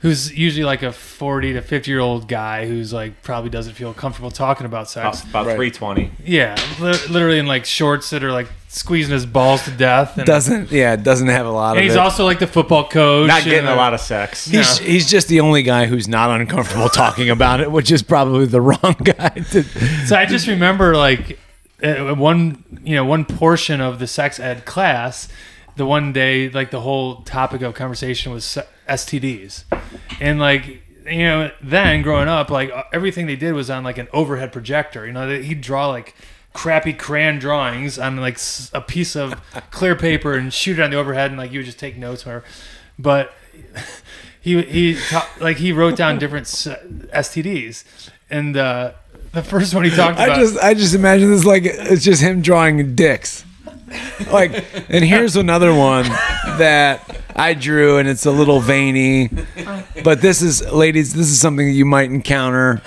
Speaker 3: who's usually like a 40 to 50 year old guy who's like probably doesn't feel comfortable talking about sex.
Speaker 4: About, about
Speaker 1: Right.
Speaker 4: 320.
Speaker 3: Yeah, li- literally in like shorts that are like squeezing his balls to death. And,
Speaker 1: Doesn't yeah, doesn't have a lot
Speaker 3: and
Speaker 1: of.
Speaker 3: he's
Speaker 1: it.
Speaker 3: also like the football coach.
Speaker 4: Not getting a
Speaker 3: and-
Speaker 4: lot of sex.
Speaker 3: Yeah.
Speaker 1: He's, he's just the only guy who's not uncomfortable talking about it, which is probably the wrong guy. To,
Speaker 3: So I just remember like uh, one, you know, one portion of the sex ed class. The one day, like the whole topic of conversation was se- STDs, and like you know, then growing up, like uh, everything they did was on like an overhead projector. You know, they- he'd draw like crappy crayon drawings on like s- a piece of clear paper and shoot it on the overhead, and like you would just take notes or whatever. But he he ta- like he wrote down different s- STDs, and uh, the first one he talked about.
Speaker 1: I just I just imagine this like it's just him drawing dicks. Like, and here's another one that I drew, and it's a little veiny, but this is, ladies, this is something that you might encounter,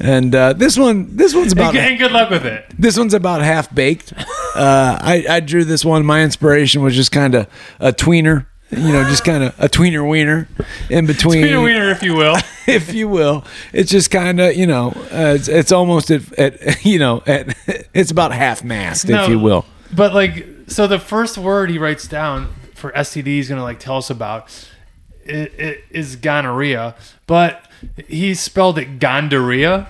Speaker 1: and uh, this one this one's
Speaker 3: and,
Speaker 1: about
Speaker 3: good- and good luck with it.
Speaker 1: This one's about half baked. Uh, I, I drew this one. My inspiration was just kind of a tweener, you know, just kind of a tweener wiener in between,
Speaker 3: Peter Wiener, if you will.
Speaker 1: if you will. It's just kind of, you know, uh, it's, it's almost at, at, you know, at, it's about half mast,
Speaker 3: No,
Speaker 1: if you will.
Speaker 3: But like, so the first word he writes down for STD he's gonna like tell us about it, it is gonorrhea, but he spelled it gonorrhea.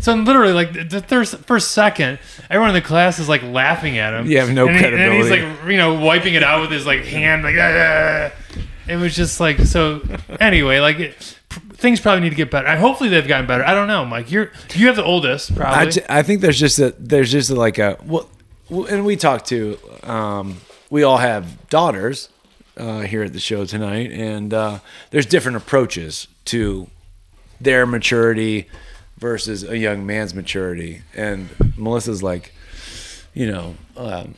Speaker 3: so I'm literally, like the- the first first second, everyone in the class is like laughing at him.
Speaker 1: You have no
Speaker 3: and he- and
Speaker 1: credibility.
Speaker 3: he's like, you know, wiping it out with his like hand, like. "Ah." It was just like so. Anyway, like it, p- things probably need to get better. I hopefully they've gotten better. I don't know, Mike. You're you have the oldest
Speaker 1: I,
Speaker 3: probably.
Speaker 1: ju- I think there's just a there's just like a well, well, and we talk to um, we all have daughters uh, here at the show tonight, and uh, there's different approaches to their maturity versus a young man's maturity. And Melissa's like, you know, um,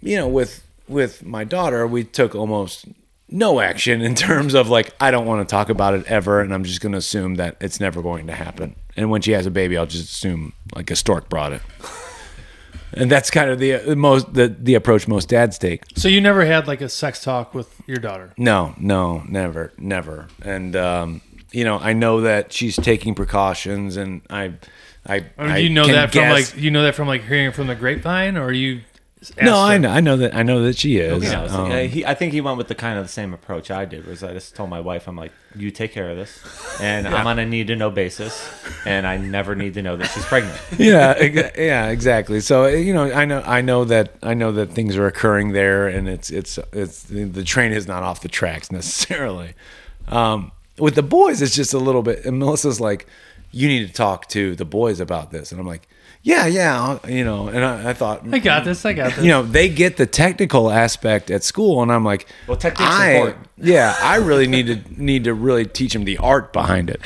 Speaker 1: you know, with with my daughter, we took almost no action in terms of like I don't want to talk about it ever, and I'm just going to assume that it's never going to happen. And when she has a baby, I'll just assume like a stork brought it. And that's kind of the the most the, the approach most dads take.
Speaker 3: So you never had like a sex talk with your daughter.
Speaker 1: No, no, never, never. And um, you know, I know that she's taking precautions, and I, I,
Speaker 3: Or do
Speaker 1: I
Speaker 3: you know
Speaker 1: can
Speaker 3: that from
Speaker 1: guess-
Speaker 3: like you know that from like hearing from the grapevine, or you? asked
Speaker 1: No, I
Speaker 3: her?
Speaker 1: know, I know that, I know that she is.
Speaker 4: You know, it's-
Speaker 1: Um,
Speaker 4: yeah, he, I think he went with the kind of the same approach I did. Was I just told my wife, I'm like, you take care of this, and I'm on a need to know basis, and I never need to know that she's pregnant.
Speaker 1: yeah, ex- yeah, exactly. So eh, you know, I know, I know that, I know that things are occurring there, and it's, it's, it's the train is not off the tracks necessarily. Um, with the boys, it's just a little bit. And Melissa's like, "You need to talk to the boys about this," and I'm like, "Yeah, yeah," I'll- you know. And I, I thought,
Speaker 3: I got this. I got this.
Speaker 1: you know, they get the technical aspect at school, and I'm like,
Speaker 4: Well, technique's
Speaker 1: I,
Speaker 4: important.
Speaker 1: Yeah, I really need to need to really teach them the art behind it.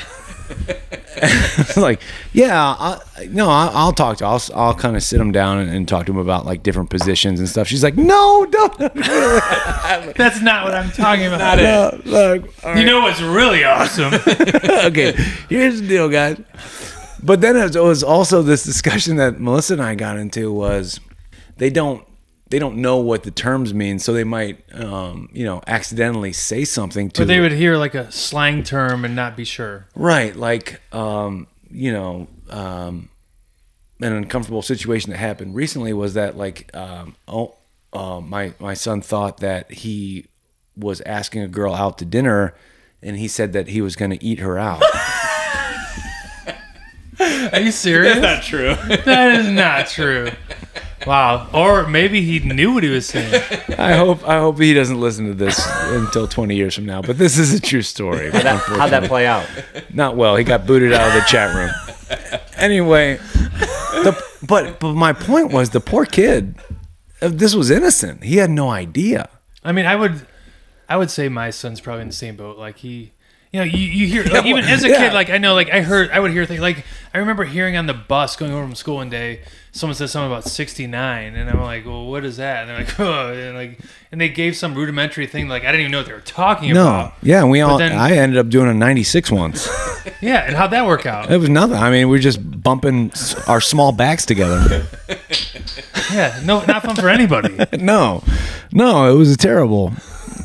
Speaker 1: like, yeah, I, no, I, I'll talk to, I'll, I'll kind of sit them down and, and talk to them about like different positions and stuff. She's like, no, don't,
Speaker 3: That's not what I'm talking about.
Speaker 1: no, look,
Speaker 3: You know what's really awesome?
Speaker 1: okay, here's the deal, guys. But then it was also this discussion that Melissa and I got into was they don't they don't know what the terms mean, so they might um, you know accidentally say something to
Speaker 3: but they would hear like a slang term and not be sure.
Speaker 1: right like um, you know um, an uncomfortable situation that happened recently was that like um, oh uh, my my son thought that he was asking a girl out to dinner and he said that he was going to eat her out.
Speaker 3: Are you serious?
Speaker 2: Not true.
Speaker 3: that is not true. Wow. Or maybe he knew what he was saying.
Speaker 1: I hope I hope he doesn't listen to this until 20 years from now. But this is a true story.
Speaker 4: How'd that play out?
Speaker 1: Not well. He got booted out of the chat room. Anyway, the, but but my point was the poor kid. uh, This was innocent. He had no idea.
Speaker 3: I mean, I would, I would say my son's probably in the same boat. Like he, you know, you, you hear like, even as a
Speaker 1: yeah.
Speaker 3: kid, like I know, like I heard, I would hear things like I remember hearing on the bus going home from school one day, someone said something about sixty nine, and I'm like, well, what is that? And they're like, oh, and like, and they gave some rudimentary thing, like I didn't even know what they were talking
Speaker 1: No.
Speaker 3: about.
Speaker 1: Yeah, and we all.
Speaker 3: then-
Speaker 1: I ended up doing a 96 once.
Speaker 3: Yeah, and how'd that work out?
Speaker 1: It was nothing. I mean, we were just bumping s- our small backs together.
Speaker 3: yeah, no, not fun for anybody.
Speaker 1: No, no, it was terrible.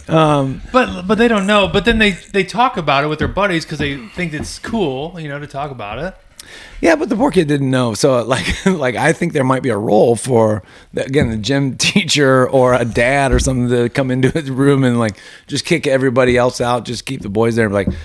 Speaker 3: But but they don't know. But then they they talk about it with their buddies because they think it's cool, you know, to talk about it.
Speaker 1: Yeah, but the poor kid didn't know. So uh, like like I think there might be a role for again the gym teacher or a dad or something to come into his room and like just kick everybody else out, just keep the boys there and be like,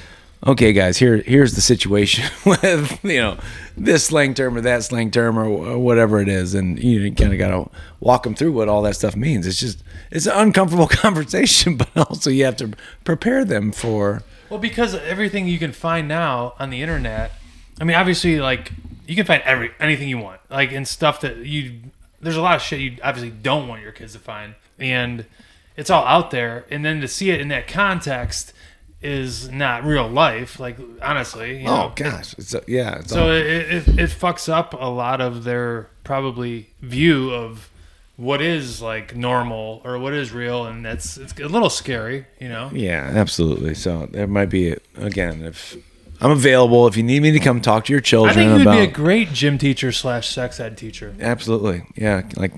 Speaker 1: okay guys, here here's the situation with you know this slang term or that slang term or, or whatever it is, and you kind of got to walk them through what all that stuff means. It's just it's an uncomfortable conversation, but also you have to prepare them for.
Speaker 3: Well, because everything you can find now on the internet, I mean, obviously, like you can find every anything you want, like and stuff that you. There's a lot of shit you obviously don't want your kids to find, and it's all out there. And then to see it in that context is not real life. Like honestly, you
Speaker 1: Oh
Speaker 3: know?
Speaker 1: gosh, it's a, yeah, it's
Speaker 3: So it, it, it fucks up a lot of their probably view of what is like normal or what is real, and that's it's a little scary, you know.
Speaker 1: Yeah, absolutely. So there might be again if I'm available if you need me to come talk to your
Speaker 3: I
Speaker 1: children
Speaker 3: think you would
Speaker 1: about
Speaker 3: be a great gym teacher slash sex ed teacher.
Speaker 1: absolutely yeah like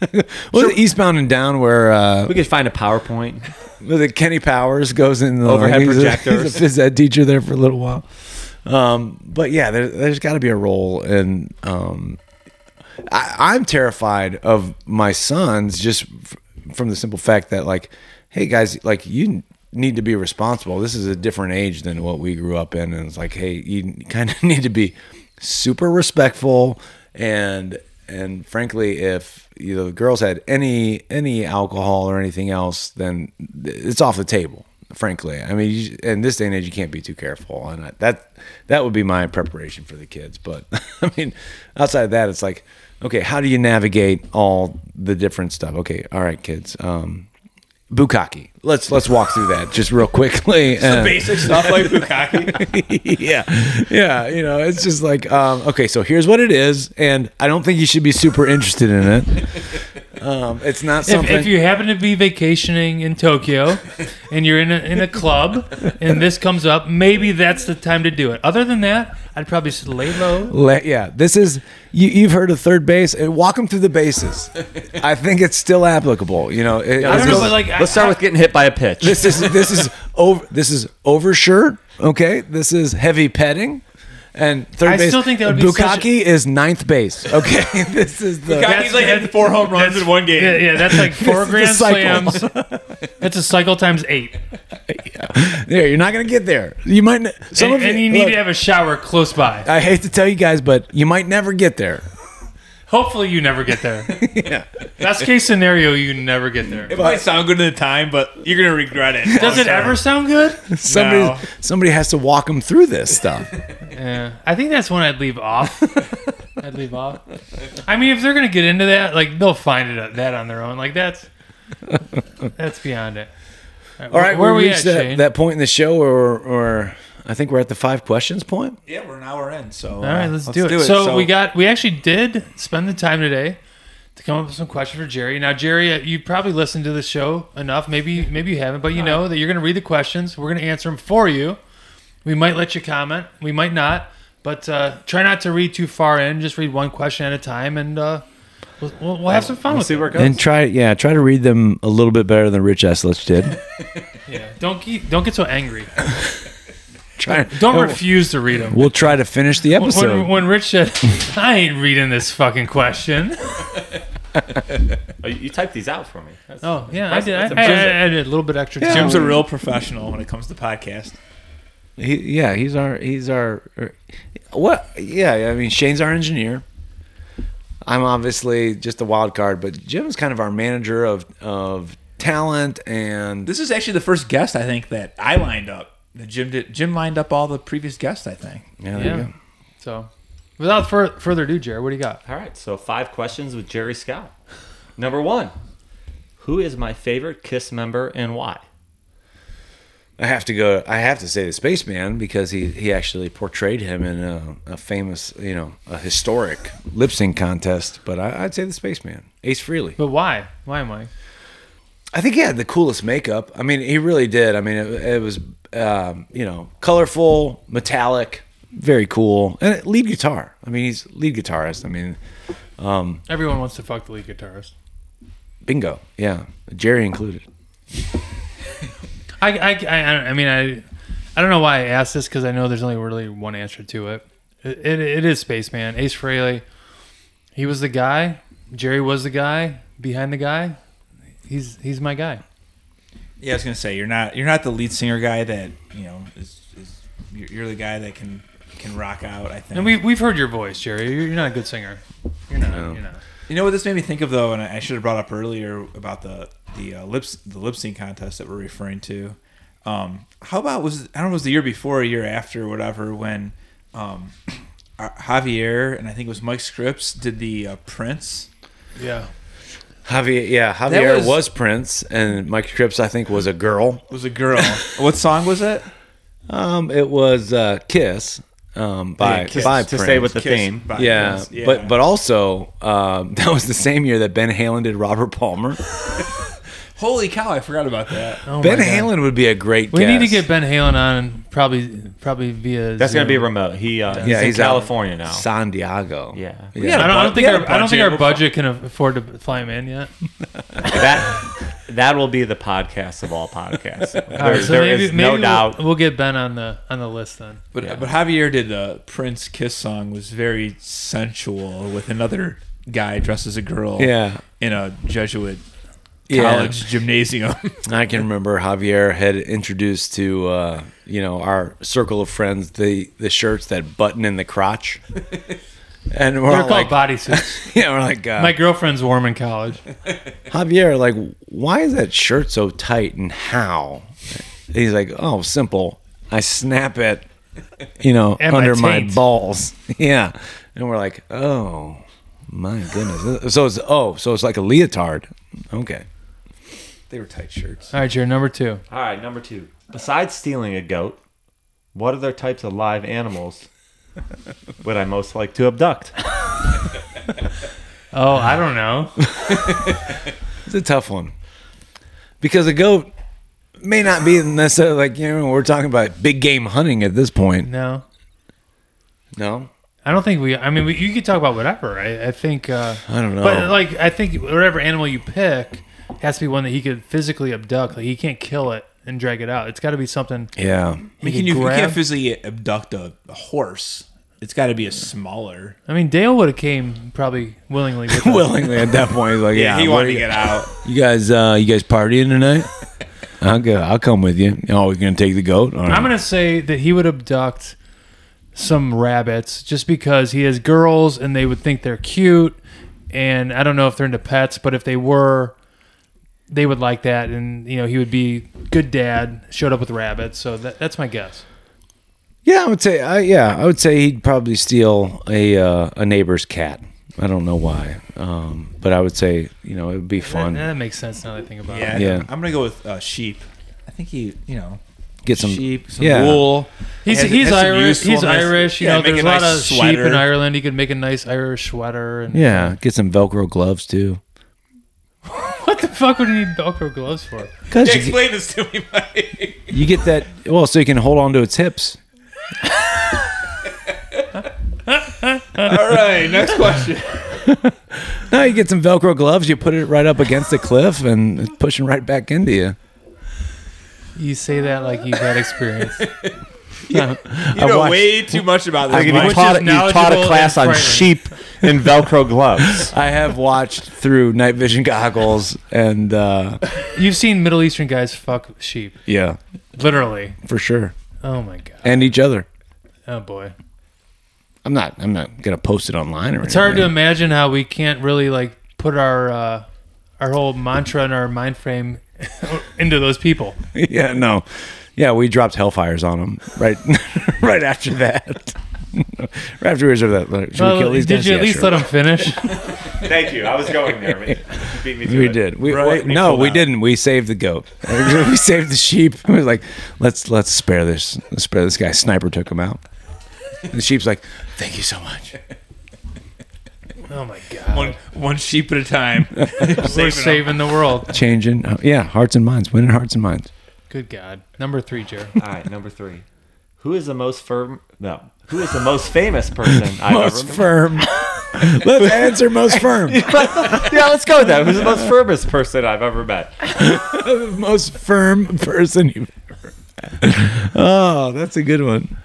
Speaker 1: was it Eastbound and Down where uh,
Speaker 4: We could find a PowerPoint.
Speaker 1: the Kenny Powers goes in the
Speaker 4: Overhead
Speaker 1: he's a-
Speaker 4: projectors.
Speaker 1: he's a phys ed teacher there for a little while. Um, but yeah, there, there's got to be a role, and um, I, I'm terrified of my sons just f- from the simple fact that like, hey guys, like you need to be responsible. This is a different age than what we grew up in, and it's like, hey, you kind of need to be super respectful and and frankly if you know the girls had any any alcohol or anything else then it's off the table frankly i mean you, in this day and age you can't be too careful and I, that that would be my preparation for the kids but i mean outside of that it's like okay how do you navigate all the different stuff okay all right kids um bukkake. Let's let's walk through that just real quickly. Uh,
Speaker 2: Basic stuff like bukkake.
Speaker 1: yeah, yeah. You know, it's just like, um, okay, so here's what it is, and I don't think you should be super interested in it. Um, it's not
Speaker 3: If,
Speaker 1: something.
Speaker 3: if you happen to be vacationing in Tokyo and you're in a, in a club and this comes up, maybe that's the time to do it. Other than that, I'd probably just lay low.
Speaker 1: Le- yeah, this is you, you've heard of third base. Uh, Walk them through the bases. I think it's still applicable. You know, it-
Speaker 3: I don't know,
Speaker 1: it's-
Speaker 3: but like, I-
Speaker 4: Let's start with getting hit by a pitch.
Speaker 1: this is this is over. This is overshirt. Okay, this is heavy petting, and third
Speaker 3: I
Speaker 1: base.
Speaker 3: still think that would be such a-
Speaker 1: Bukkake is ninth base. Okay, this is the
Speaker 2: Bukkake's like hitting four home runs in one game.
Speaker 3: Yeah, yeah, that's like four
Speaker 1: This is a cycle.
Speaker 3: grand slams. That's a cycle times eight.
Speaker 1: there. You're not gonna get there. You might n- some
Speaker 3: and,
Speaker 1: of
Speaker 3: and you need
Speaker 1: look,
Speaker 3: to have a shower close by.
Speaker 1: I hate to tell you guys, but you might never get there.
Speaker 3: Hopefully, you never get there.
Speaker 1: Yeah.
Speaker 3: Best case scenario, you never get there.
Speaker 2: It might sound good at the time, but you're gonna regret it.
Speaker 3: Does it ever sound good?
Speaker 1: Somebody
Speaker 2: No.
Speaker 1: somebody has to walk them through this stuff.
Speaker 3: Yeah, I think that's one I'd leave off. I'd leave off. I mean, if they're gonna get into that, like they'll find it uh, that on their own. Like that's that's beyond it.
Speaker 1: All right,
Speaker 3: where,
Speaker 1: we
Speaker 3: are we at,
Speaker 1: reached that,
Speaker 3: Shane?
Speaker 1: that point in the show where, we're- or I think we're at the five questions point.
Speaker 2: Yeah, we're an hour in, so uh,
Speaker 3: All right, let's, do, it. So, we got we actually did spend the time today to come up with some questions for Jerry. Now, Jerry, uh, you probably listened to the show enough. Maybe maybe you haven't, but you know that you're gonna read the questions. We're gonna answer them for you. We might let you comment. We might not. But uh, try not to read too far in. Just read one question at a time, and uh, we'll, we'll, we'll have some fun
Speaker 4: We'll
Speaker 3: with
Speaker 4: see
Speaker 3: it.
Speaker 4: where it goes.
Speaker 1: And try yeah, try to read them a little bit better than Rich Eslich did.
Speaker 3: Yeah. Don't keep, don't get so angry.
Speaker 1: try
Speaker 3: Don't
Speaker 1: and
Speaker 3: refuse to read them.
Speaker 1: We'll try to finish the Oh. episode.
Speaker 3: When, when Rich said, "I ain't reading this fucking question,"
Speaker 4: Oh, you, you typed these out for me. That's-
Speaker 3: oh yeah, I
Speaker 4: That's-
Speaker 3: did. I,
Speaker 4: that's
Speaker 3: I,
Speaker 4: impressive.
Speaker 3: I did a little bit extra.
Speaker 1: Yeah.
Speaker 3: time.
Speaker 2: Jim's a real professional when it comes to podcast.
Speaker 1: he, yeah, he's our he's our er, what? Yeah, I mean Shane's our engineer. I'm obviously just a wild card, but Jim's kind of our manager of of talent and
Speaker 2: This is actually the first guest I think that I lined up. That Jim did. Jim lined up all the previous guests. I think.
Speaker 1: yeah, there you
Speaker 3: Yeah.
Speaker 1: go.
Speaker 3: So, without fur- further ado, Jared, what do you got?
Speaker 4: All right, so five questions with Jerry Scott. Number one, who is my favorite Kiss member and why?
Speaker 1: I have to go. I have to say the spaceman because he he actually portrayed him in a, a famous, you know, a historic lip sync contest. But I, I'd say the spaceman, Ace Freely.
Speaker 3: But why? Why am I?
Speaker 1: I think he had the coolest makeup. I mean, he really did. I mean, it, it was, um, you know, colorful, metallic, very cool, and lead guitar. I mean, he's lead guitarist. I mean,
Speaker 3: Everyone wants to fuck the lead guitarist.
Speaker 1: bingo. Yeah, Jerry included.
Speaker 3: I, I, I, I mean, I, I don't know why I asked this because I know there's only really one answer to it. It, it, it is Spaceman. Ace Frehley, he was the guy. Jerry was the guy behind the guy. He's he's my guy.
Speaker 2: Yeah, I was gonna say you're not you're not the lead singer guy that you know is, is you're you're the guy that can can rock out. I think.
Speaker 3: And we we've heard your voice, Jerry. You're, you're not a good singer. You're not. You're not.
Speaker 2: you know what this made me think of though, and I should have brought up earlier about the the uh, lips the lip sync contest that we're referring to. Um, how about was I don't know it was the year before, or a year after, or whatever when um, uh, Javier and I think it was Mike Scripps did the uh, Prince.
Speaker 3: Yeah.
Speaker 1: Javier, yeah, Javier
Speaker 2: That
Speaker 1: was,
Speaker 2: was-
Speaker 1: Prince, and Mike Cripps, I think, was a girl.
Speaker 2: It was a girl. what song was it?
Speaker 1: Um, it was uh, Kiss um, by
Speaker 4: Yeah, Kiss,
Speaker 1: by
Speaker 4: to
Speaker 1: Prince.
Speaker 4: stay with the
Speaker 2: Kiss
Speaker 4: theme.
Speaker 2: by
Speaker 1: yeah,
Speaker 2: Prince.
Speaker 1: but but also um, that was the same year that Ben Halen did Robert Palmer.
Speaker 2: holy cow, I forgot about that.
Speaker 3: Oh
Speaker 1: ben
Speaker 3: my God.
Speaker 1: Halen would be a great.
Speaker 3: We need to
Speaker 1: guest.
Speaker 3: get Ben Halen on, probably probably via.
Speaker 4: That's going to be
Speaker 3: Zoom.
Speaker 4: remote. He uh, he's
Speaker 1: Yeah,
Speaker 4: in
Speaker 1: he's out.
Speaker 4: California now.
Speaker 1: San Diego.
Speaker 4: Yeah.
Speaker 1: Yeah.
Speaker 2: We had
Speaker 3: I don't, I don't
Speaker 2: bu-
Speaker 3: think
Speaker 2: we had
Speaker 3: our,
Speaker 2: a
Speaker 3: I don't think our
Speaker 2: budget.
Speaker 3: budget can afford to fly him in yet.
Speaker 4: that that will be the podcast of all podcasts. There,
Speaker 3: All right, so
Speaker 4: there
Speaker 3: maybe,
Speaker 4: is
Speaker 3: maybe
Speaker 4: no
Speaker 3: we'll,
Speaker 4: doubt.
Speaker 3: we'll get Ben on the on the list then.
Speaker 2: But but Javier did the Prince Kiss song was very sensual with another guy dressed as a girl.
Speaker 1: Yeah.
Speaker 2: In a Jesuit
Speaker 1: Yeah.
Speaker 2: college gymnasium.
Speaker 1: I can remember Javier had introduced to uh, you know our circle of friends the the shirts that button in the crotch, and we're
Speaker 3: They're
Speaker 1: all
Speaker 3: called
Speaker 1: like,
Speaker 3: bodysuits.
Speaker 1: yeah, we're like, uh,
Speaker 3: My girlfriend's warm in college.
Speaker 1: Javier, like, why is that shirt so tight and how? And he's like, oh, simple. I snap it, you know,
Speaker 3: And my
Speaker 1: under my,
Speaker 3: taint.
Speaker 1: balls. Yeah, and we're like, oh, my goodness. So it's oh, so it's like a leotard. Okay.
Speaker 2: They were tight shirts.
Speaker 3: All right, your number two.
Speaker 4: All right, number two. Besides stealing a goat, what other types of live animals would I most like to abduct?
Speaker 3: Oh, I don't know.
Speaker 1: It's a tough one because a goat may not be necessarily like you know we're talking about big game hunting at this point.
Speaker 3: No,
Speaker 1: No,
Speaker 3: I don't think we. I mean, we, you could talk about whatever. I, I think. Uh,
Speaker 1: I don't know.
Speaker 3: But like, I think whatever animal you pick has to be one that he could physically abduct. Like, he can't kill it and drag it out. It's got to be something.
Speaker 1: yeah,
Speaker 2: I mean, can
Speaker 3: could
Speaker 2: you, you
Speaker 3: grab-
Speaker 2: can't physically abduct a, a horse. It's got to be a smaller.
Speaker 3: I mean, Dale would have came probably willingly. With us.
Speaker 1: willingly at that point. He's like, yeah,
Speaker 2: he
Speaker 1: what
Speaker 2: wanted
Speaker 1: do
Speaker 2: to
Speaker 1: you-
Speaker 2: get out.
Speaker 1: You guys, uh, you guys partying tonight? I'll go. I'll come with you. Oh, we're gonna take the goat. All right.
Speaker 3: I'm gonna say that he would abduct some rabbits just because he has girls and they would think they're cute. And I don't know if they're into pets, but if they were, they would like that. And you know, he would be good dad. Showed up with rabbits, so that, that's my guess.
Speaker 1: yeah, I would say. I, yeah, I would say he'd probably steal a uh, a neighbor's cat. I don't know why, um, but I would say you know it would be
Speaker 3: That,
Speaker 1: fun.
Speaker 3: that makes sense now that I think about
Speaker 2: Yeah,
Speaker 3: it.
Speaker 1: Yeah.
Speaker 2: I'm gonna go with uh, sheep. I think he, you know,
Speaker 1: Get some
Speaker 2: sheep, some
Speaker 1: yeah.
Speaker 2: wool.
Speaker 3: He's
Speaker 2: Has-
Speaker 3: he's
Speaker 2: has some
Speaker 3: Irish. He's
Speaker 2: usefulness.
Speaker 3: Irish. You
Speaker 2: Yeah,
Speaker 3: know,
Speaker 2: make
Speaker 3: there's
Speaker 2: a
Speaker 3: a lot
Speaker 2: nice
Speaker 3: of sheep
Speaker 2: sweater.
Speaker 3: in Ireland. He could make a nice Irish sweater. And
Speaker 1: Yeah, get some Velcro gloves too.
Speaker 3: What the fuck would he need Velcro gloves for?
Speaker 1: Cause you,
Speaker 2: Yeah,
Speaker 1: get-
Speaker 2: explain this to me, Mike.
Speaker 1: you get that well, so you can hold on to its hips.
Speaker 2: All right, next question.
Speaker 1: No, you get some Velcro gloves. You put it right up against the cliff, and it's pushing right back into you.
Speaker 3: You say that like you've had experience.
Speaker 2: You know
Speaker 1: watched-
Speaker 2: way too much about this.
Speaker 4: I
Speaker 3: Mike
Speaker 4: you
Speaker 3: is
Speaker 4: taught, you taught
Speaker 3: knowledgeable
Speaker 4: a class
Speaker 3: and
Speaker 4: on
Speaker 3: frightening.
Speaker 4: sheep and Velcro gloves.
Speaker 1: I have watched through night vision goggles, and uh,
Speaker 3: You've seen Middle Eastern guys fuck sheep,
Speaker 1: yeah,
Speaker 3: literally.
Speaker 1: for sure,
Speaker 3: Oh my god.
Speaker 1: and each other.
Speaker 3: Oh boy.
Speaker 1: I'm not. I'm not gonna post it online or
Speaker 3: It's hard to
Speaker 1: anything.
Speaker 3: imagine how we can't really like put our uh, our whole mantra and our mind frame into those people.
Speaker 1: yeah, no. Yeah, we dropped hellfires on them right, right after that. right after we reserved that. Like, should
Speaker 3: Well,
Speaker 1: we kill these
Speaker 3: did
Speaker 1: guys?
Speaker 3: you at
Speaker 1: Yeah,
Speaker 3: least
Speaker 1: sure.
Speaker 3: let him finish?
Speaker 4: Thank you. I was going there, but you beat me to
Speaker 1: We
Speaker 4: it.
Speaker 1: did. We,
Speaker 2: Right.
Speaker 1: well,
Speaker 2: We
Speaker 1: no,
Speaker 2: pulled
Speaker 1: we
Speaker 2: out.
Speaker 1: didn't. We saved the goat. we saved the sheep. We was like, let's let's spare this. Let's spare this guy. Sniper took him out. The sheep's like, thank you so much.
Speaker 3: oh my god.
Speaker 2: one one sheep at a time. We're
Speaker 3: We're
Speaker 2: saving them.
Speaker 3: saving the world.
Speaker 1: Changing. uh, yeah, hearts and minds. Winning hearts and minds.
Speaker 3: Good god. Number 3, Jer.
Speaker 4: All right, number three. Who is the most firm? No. Who is the most famous person I've
Speaker 1: Most
Speaker 4: ever?
Speaker 1: firm. let's answer most firm.
Speaker 4: yeah, let's go with that. Who's the most firmest person I've ever met? Uh,
Speaker 1: most firm person you've ever. Oh, that's a good one.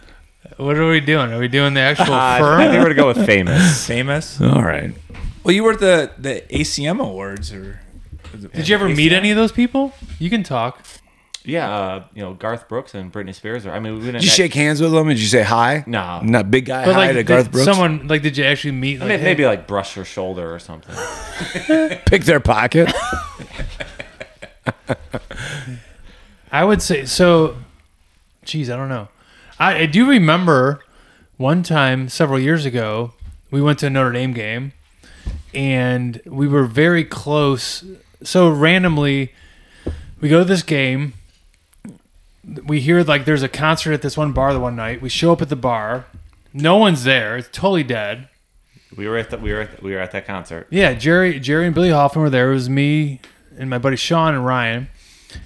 Speaker 3: What are we doing? Are we doing the actual
Speaker 1: Ah,
Speaker 4: Uh, I think
Speaker 3: firm?
Speaker 4: we're gonna go with famous.
Speaker 2: Famous.
Speaker 1: All right.
Speaker 2: Well, you were at the the ACM awards, or
Speaker 3: Did you ever meet any of those people? You can talk.
Speaker 4: Yeah, uh, you know Garth Brooks and Britney Spears. Are, I mean, we didn't.
Speaker 1: Did you shake hands with them? Did you say hi?
Speaker 4: No.
Speaker 1: Not big guy
Speaker 3: But
Speaker 1: hi
Speaker 3: like
Speaker 1: to
Speaker 3: did
Speaker 1: Garth Brooks. Someone
Speaker 3: someone like did you actually meet
Speaker 4: I
Speaker 3: like,
Speaker 4: mean,
Speaker 3: hey-
Speaker 4: maybe like brush her shoulder or something.
Speaker 1: pick their pocket.
Speaker 3: I would say so. Geez, I don't know. I, I do remember one time several years ago, we went to a Notre Dame game, and we were very close. So randomly, we go to this game. We hear like there's a concert at this one bar the one night. We show up at the bar. No one's there. It's totally dead.
Speaker 4: We were at the, we were at, we were at that concert.
Speaker 3: Yeah, Jerry, Jerry and Billy Hoffman were there. It was me and my buddy Sean and Ryan.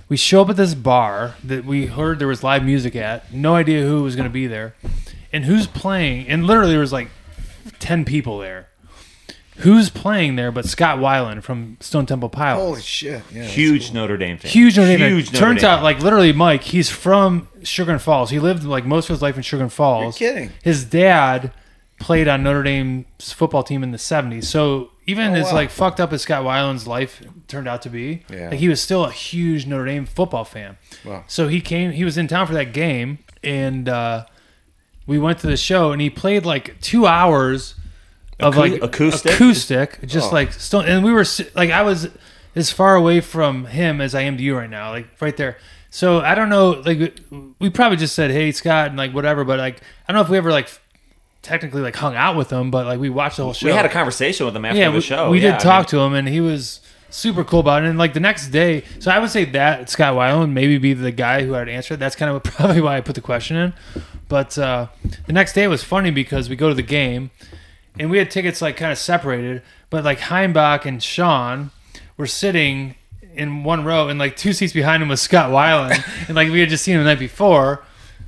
Speaker 3: We show up at this bar that we heard there was live music at. No idea who was going to be there, and who's playing. And literally, there was like ten people there. Who's playing there? But Scott Weiland from Stone Temple Pilots.
Speaker 1: shit! Yeah.
Speaker 4: Huge Notre Dame fan.
Speaker 3: Huge Notre Dame.
Speaker 4: Huge Notre
Speaker 3: Turns
Speaker 4: Dame.
Speaker 3: out, like literally, Mike, he's from Sugar and Falls. He lived like most of his life in Sugar and Falls.
Speaker 1: You're kidding.
Speaker 3: His dad played on Notre Dame's football team in the '70s. So even as like fucked up as Scott Weiland's life turned out to be,
Speaker 1: Yeah.
Speaker 3: like he was still a huge Notre Dame football fan.
Speaker 1: Wow.
Speaker 3: So he came. He was in town for that game, and uh, we went to the show, and he played like two hours of
Speaker 4: Acou-
Speaker 3: like
Speaker 4: acoustic? Oh.
Speaker 3: acoustic, just like still. And we were si- like, I was as far away from him as I am to you right now, like right there. So I don't know, like we probably just said, "Hey, Scott," and like whatever, but like I don't know if we ever like technically like hung out with him, but like we watched the whole show.
Speaker 4: We had a conversation with him after
Speaker 3: yeah,
Speaker 4: the
Speaker 3: we,
Speaker 4: show.
Speaker 3: we
Speaker 4: Yeah,
Speaker 3: did
Speaker 4: I mean,
Speaker 3: talk to him, and he was super cool about it. And like the next day, so I would say that Scott Weiland maybe be the guy who I'd answer. it. That's kind of probably why I put the question in. But uh, the next day was funny because we go to the game, and we had tickets like kind of separated. But like Heimbach and Sean were sitting in one row, and like two seats behind him was Scott Weiland, and like we had just seen him the night before.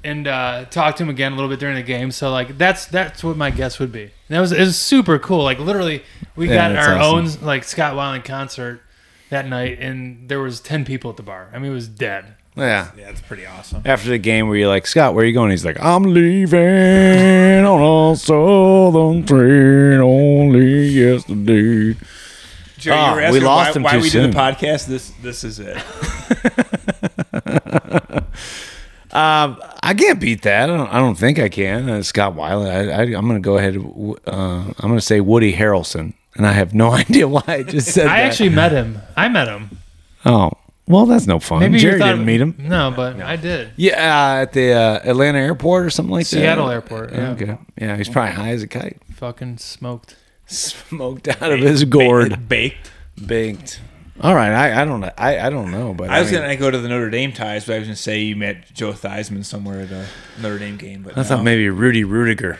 Speaker 3: And uh, talked to him again a little bit during the game, so like that's that's what my guess would be. And that was it was super cool. Like literally, we
Speaker 1: Yeah,
Speaker 3: got
Speaker 1: that's
Speaker 3: our
Speaker 1: awesome.
Speaker 3: own like Scott Weiland concert that night, and there was ten people at the bar. I mean, it was dead.
Speaker 1: Yeah.
Speaker 2: Yeah, it's pretty awesome.
Speaker 1: After the game, where you're like, Scott, where are you going? He's like, I'm leaving on a southern train only yesterday.
Speaker 2: Jerry,
Speaker 1: Ah,
Speaker 2: you were
Speaker 1: we
Speaker 2: asking
Speaker 1: lost
Speaker 2: why,
Speaker 1: him
Speaker 2: why
Speaker 1: too
Speaker 2: we do
Speaker 1: soon.
Speaker 2: the podcast. This this is it.
Speaker 1: Um, I can't beat that. I don't, I don't think I can. Uh, Scott Weiland. I, I, I'm going to go ahead. w- Uh, I'm going to say Woody Harrelson, and I have no idea why I just said
Speaker 3: I
Speaker 1: that.
Speaker 3: actually met him. I met him.
Speaker 1: Oh, well, that's no fun.
Speaker 3: Maybe you
Speaker 1: Jerry
Speaker 3: thought-
Speaker 1: didn't meet him.
Speaker 3: No, but I did.
Speaker 1: Yeah, uh, at the uh, Atlanta airport or something like that.
Speaker 3: Seattle airport, yeah.
Speaker 1: Okay. Yeah, he's probably high as a kite.
Speaker 3: Fucking smoked.
Speaker 1: Smoked out of his gourd.
Speaker 2: baked.
Speaker 1: Baked. All right, I, I don't I, I don't know, but
Speaker 2: I was
Speaker 1: mean-
Speaker 2: gonna go to the Notre Dame ties, but I was gonna say you met Joe Theismann somewhere at a Notre Dame game. But
Speaker 1: I thought
Speaker 2: no.
Speaker 1: maybe Rudy Rudiger.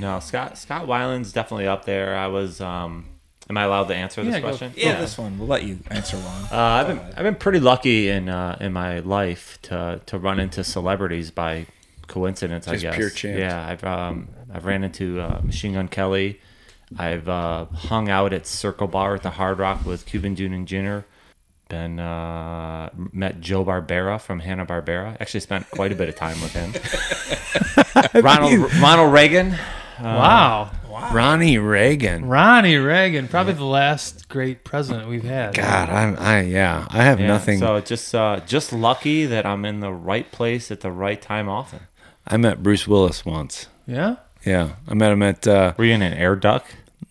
Speaker 4: No, Scott Scott Weiland's definitely up there. I was. Um, am I allowed to answer this
Speaker 3: Yeah, go-
Speaker 4: question?
Speaker 2: yeah, this one we'll let you answer one.
Speaker 4: Uh, I've been I've been pretty lucky in uh, in my life to to run into celebrities by coincidence.
Speaker 1: Just
Speaker 4: I guess
Speaker 1: pure chance.
Speaker 4: Yeah, I've um, I've ran into uh, Machine Gun Kelly. I've uh, hung out at Circle Bar at the Hard Rock with Cuban Jr. Jr. Been uh, met Joe Barbera from Hanna Barbera. Actually, spent quite a bit of time with him. Ronald Ronald Reagan.
Speaker 1: Uh,
Speaker 3: wow.
Speaker 1: Ronnie Reagan.
Speaker 3: Ronnie Reagan, probably the last great president we've had.
Speaker 1: God, I'm I yeah, I have
Speaker 4: Yeah,
Speaker 1: nothing.
Speaker 4: So just uh, just lucky that I'm in the right place at the right time. Often.
Speaker 1: I met Bruce Willis once.
Speaker 3: Yeah.
Speaker 1: Yeah, I met him at. Uh,
Speaker 4: Were you in an air duck?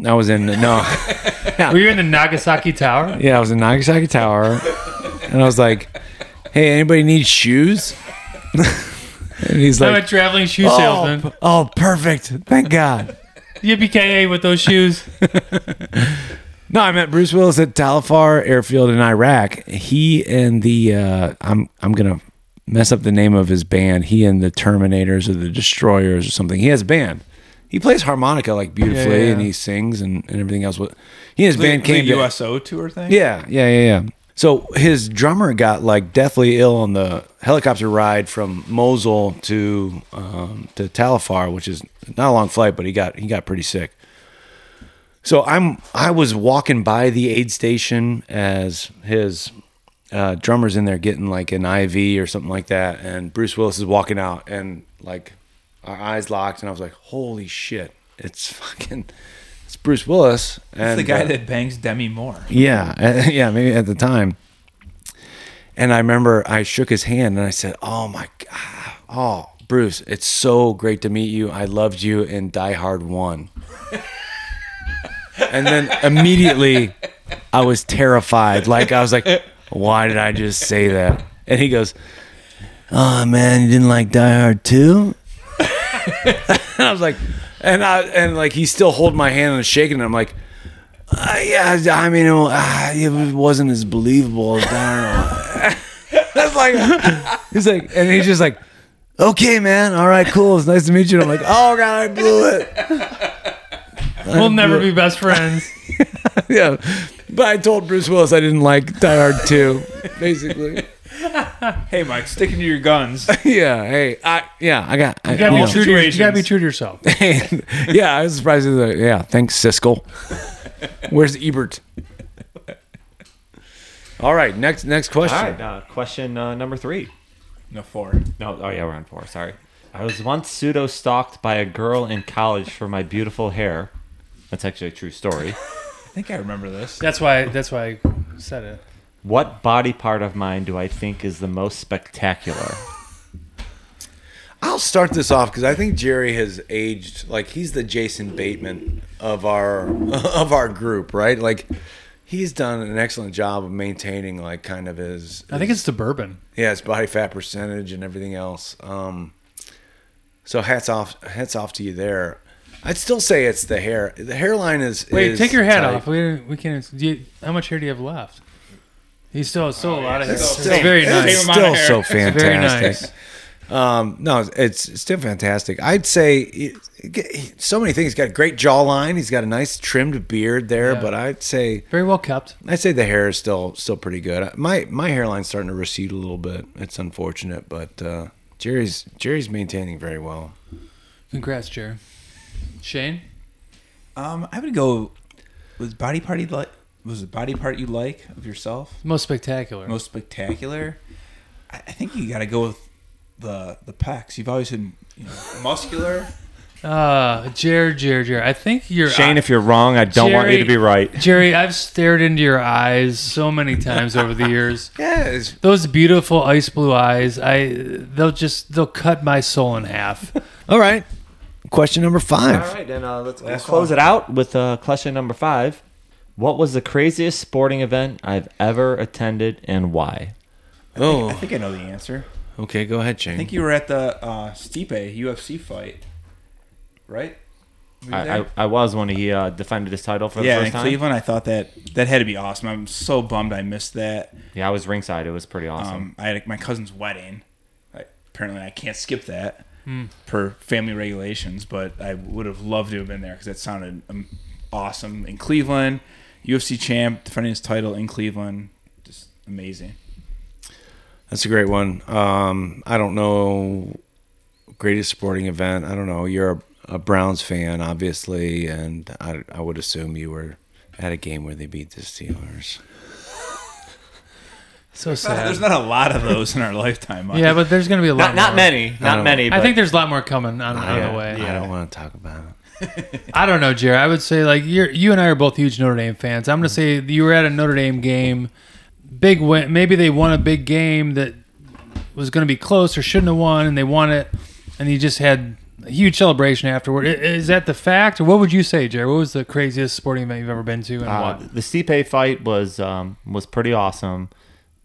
Speaker 1: I was in no.
Speaker 3: Were you in the Nagasaki Tower?
Speaker 1: Yeah, I was in Nagasaki Tower, and I was like, "Hey, anybody need shoes?" and he's
Speaker 3: I'm a
Speaker 1: like,
Speaker 3: traveling shoe salesman.
Speaker 1: oh, "Oh, perfect! Thank God."
Speaker 3: Yippee ki with those shoes.
Speaker 1: No, I met Bruce Willis at Talifar Airfield in Iraq. He and the uh, I'm I'm gonna mess up the name of his band. He and the Terminators or the Destroyers or something. He has a band. He plays harmonica like beautifully,
Speaker 3: yeah,
Speaker 1: and
Speaker 3: yeah.
Speaker 1: he sings and, and everything else. He and his
Speaker 2: The-
Speaker 1: band came
Speaker 2: the
Speaker 1: to-
Speaker 2: USO tour thing.
Speaker 1: Yeah, yeah, yeah, yeah. So his drummer got like deathly ill on the helicopter ride from Mosul to um, to Talifar, which is not a long flight, but he got he got pretty sick. So I'm I was walking by the aid station as his uh, drummer's in there getting like an IV or something like that, and Bruce Willis is walking out, and like our eyes locked, and I was like, "Holy shit, it's fucking." It's Bruce Willis.
Speaker 2: It's
Speaker 1: And,
Speaker 2: the guy
Speaker 1: uh,
Speaker 2: that bangs Demi Moore.
Speaker 1: yeah, yeah, maybe at the time. And I remember I shook his hand and I said, "Oh my god, oh Bruce, it's so great to meet you. I loved you in Die Hard One." and then immediately, I was terrified. Like I was like, "Why did I just say that?" And he goes, "Oh man, you didn't like Die Hard 2? and I was like, and I and like he's still holding my hand and shaking. it. I'm like, uh, yeah, I mean, it, wa- ah, it wasn't as believable as Donald. That's like, he's like, and he's just like, okay, man, all right, cool, it's nice to meet you. And I'm like, oh god, I blew it.
Speaker 3: We'll never be best friends.
Speaker 1: yeah, but I told Bruce Willis I didn't like Die Hard Two, basically.
Speaker 2: Hey, Mike, sticking to your guns.
Speaker 1: Yeah, hey, I yeah, I got, I,
Speaker 3: You gotta,
Speaker 1: you
Speaker 3: be
Speaker 1: know.
Speaker 3: true to, your- you gotta be
Speaker 2: situations.
Speaker 3: true to yourself.
Speaker 1: And- yeah, I was surprised. He was like, yeah, thanks, Siskel. Where's Ebert? All right, next next question.
Speaker 4: All right. Uh, question uh, number three.
Speaker 2: No four.
Speaker 4: No, oh yeah, we're on four. Sorry. I was once pseudo stalked by a girl in college for my beautiful hair. That's actually a true story.
Speaker 2: I think I remember this.
Speaker 3: That's why. That's why I said it.
Speaker 4: What body part of mine do I think is the most spectacular?
Speaker 1: I'll start this off because I think Jerry has aged like he's the Jason Bateman of our of our group, right? Like he's done an excellent job of maintaining like kind of his
Speaker 3: I think it's the bourbon.
Speaker 1: yeah his body fat percentage and everything else. Um, so hats off hats off to you there. I'd still say it's the hair. The hairline is.
Speaker 3: Wait,
Speaker 1: is
Speaker 3: take your hat
Speaker 1: tight.
Speaker 3: off. We we can't. Do you, how much hair do you have left? He still has still a lot of hair.
Speaker 1: It's
Speaker 2: That's
Speaker 3: It's
Speaker 1: still,
Speaker 3: very
Speaker 1: it's
Speaker 3: nice.
Speaker 2: Same amount
Speaker 1: still
Speaker 2: of hair.
Speaker 1: so
Speaker 2: It's very
Speaker 1: fantastic.
Speaker 3: nice.
Speaker 1: Um, no, it's, it's still fantastic. I'd say it, it- so many things. He's got a great jawline. He's got a nice trimmed beard there,
Speaker 3: Yeah.
Speaker 1: but I'd say
Speaker 3: Very well kept.
Speaker 1: I'd say the hair is still still pretty good. My my hairline's starting to recede a little bit. It's unfortunate, but uh, Jerry's Jerry's maintaining very well.
Speaker 3: Congrats, Jerry. Shane.
Speaker 2: Um, I would go with body part you like. Was the body part you like of yourself
Speaker 3: Most spectacular.
Speaker 2: most spectacular? I, I think you got to go with the the pecs. You've always been you know, muscular.
Speaker 3: Uh, Jer, Jer, Jer. I think you're
Speaker 4: Shane, if you're wrong, I don't want you to
Speaker 3: Jerry-
Speaker 4: be right.
Speaker 3: Jerry, I've stared into your eyes so many times over the years.
Speaker 1: Yeah, it's,
Speaker 3: Those beautiful ice blue eyes, I they'll just they'll cut my soul in half.
Speaker 1: all right. Question number
Speaker 4: All
Speaker 1: five.
Speaker 4: right, then uh, let's
Speaker 2: Last
Speaker 4: close
Speaker 2: one.
Speaker 4: it out with uh, question number five. What was the craziest sporting event I've ever attended and why?
Speaker 1: Oh,
Speaker 2: I think I know the answer.
Speaker 4: Mm-hmm.
Speaker 1: okay. Go ahead,
Speaker 2: I
Speaker 1: Shane.
Speaker 2: think you were at the uh, Stipe UFC fight, right? Were you
Speaker 4: I,
Speaker 2: there?
Speaker 4: I, I was when he uh, defended his title for the
Speaker 2: yeah, in
Speaker 4: first time.
Speaker 2: Cleveland. I thought that that had to be awesome. I'm so bummed I missed that.
Speaker 4: Yeah, I was ringside. It was pretty awesome.
Speaker 2: Um, I had my cousin's wedding. I, apparently, I can't skip that per family regulations, but I would have loved to have been there because that sounded um, awesome in Cleveland. UFC champ defending his title in Cleveland, just amazing.
Speaker 1: That's a great one. Um, I don't know greatest sporting event. I don't know. You're a, a Browns fan, obviously, and I, I would assume you were at a game where they beat the Steelers.
Speaker 3: So sad.
Speaker 2: There's not a lot of those in our lifetime. Mike.
Speaker 3: Yeah, but there's gonna be a lot.
Speaker 4: not not
Speaker 3: more.
Speaker 4: many,
Speaker 1: I
Speaker 4: not
Speaker 1: don't-
Speaker 4: many. But
Speaker 3: I think there's a lot more coming on, on the way.
Speaker 1: I don't want to talk about it.
Speaker 3: I don't know, Jerry. I would say like you you and I are both huge Notre Dame fans. I'm gonna say you were at a Notre Dame game, big win. Maybe they won a big game that was gonna be close or shouldn't have won, and they won it, and you just had a huge celebration afterward. I- Is that the fact, or what would you say, Jerry? What was the craziest sporting event you've ever been to, and
Speaker 4: uh,
Speaker 3: what?
Speaker 4: the Stipe fight was um, was pretty awesome,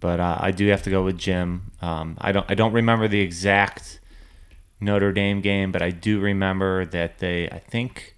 Speaker 4: but uh, I do have to go with Jim. Um, I don't I don't remember the exact Notre Dame game, but I do remember that they I think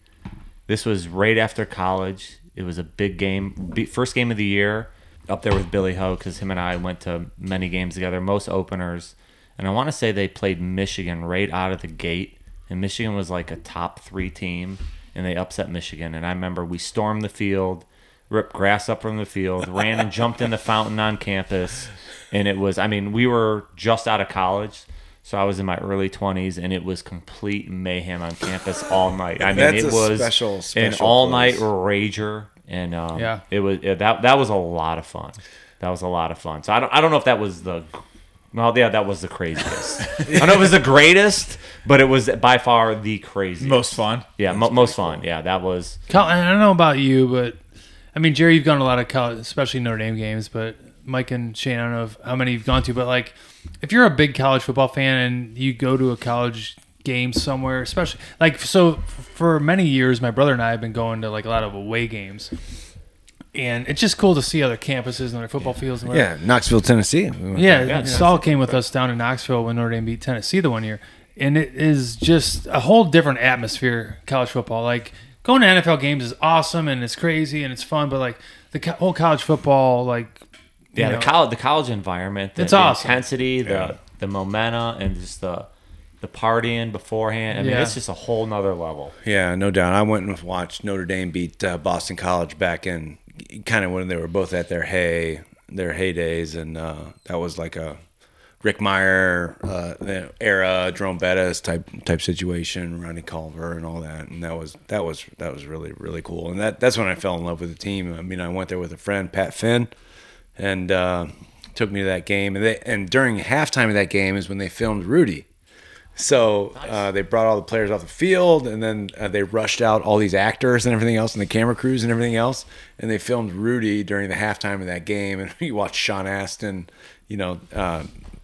Speaker 4: this was right after college. It was a big game, be- first game of the year, up there with Billy Ho because him and I went to many games together, most openers, and I want to say they played Michigan right out of the gate, and Michigan was like a top three team, and they upset Michigan, and I remember we stormed the field, ripped grass up from the field, ran and jumped in the fountain on campus, and it was I mean we were just out of college. So I was in my early 20s, and it was complete mayhem on campus all night. I mean,
Speaker 1: That's
Speaker 4: it
Speaker 1: a
Speaker 4: was
Speaker 1: special,
Speaker 4: an
Speaker 1: special
Speaker 4: all night
Speaker 1: place.
Speaker 4: rager, and um,
Speaker 3: Yeah.
Speaker 4: it was yeah, that that was a lot of fun. That was a lot of fun. So I don't I don't know if that was the well, yeah, that was the craziest. I don't know if it was the greatest, but it was by far the craziest.
Speaker 2: most fun.
Speaker 4: yeah, mo- most fun. Yeah, that was
Speaker 3: Col- I don't know about you, but I mean, Jerry, you've gone to a lot of college, especially Notre Dame games, but Mike and Shane, I don't know if, how many you've gone to, but like, if you're a big college football fan and you go to a college game somewhere, especially like, so f- for many years, my brother and I have been going to like a lot of away games. And it's just cool to see other campuses and other football fields. And whatever.
Speaker 1: Yeah, Knoxville, Tennessee. We went-
Speaker 3: Yeah,
Speaker 4: Yeah.
Speaker 3: Saul came with us down to Knoxville when Notre Dame beat Tennessee the one year, and it is just a whole different atmosphere. College football, like going to NFL games, is awesome and it's crazy and it's fun, but like the co- whole college football, like
Speaker 4: yeah,
Speaker 3: you
Speaker 4: the
Speaker 3: know,
Speaker 4: college the college environment, the,
Speaker 3: It's
Speaker 4: the
Speaker 3: awesome.
Speaker 4: intensity, the the momenta, and just the the partying beforehand. I mean,
Speaker 3: Yeah.
Speaker 4: it's just a whole nother level.
Speaker 1: Yeah, no doubt. I went and watched Notre Dame beat uh, Boston College back in kind of when they were both at their hey their heydays, and uh, that was like a Rick Meyer uh, era, Jerome Bettis type type situation, Ronnie Culver, and all that. And that was that was that was really really cool. And that that's when I fell in love with the team. I mean, I went there with a friend, Pat Finn, and uh, took me to that game. And they and during halftime of that game is when they filmed Rudy. So uh, they brought all the players off the field, and then uh, they rushed out all these actors and everything else, and the camera crews and everything else, and they filmed Rudy during the halftime of that game. And you watched Sean Astin, you know, uh,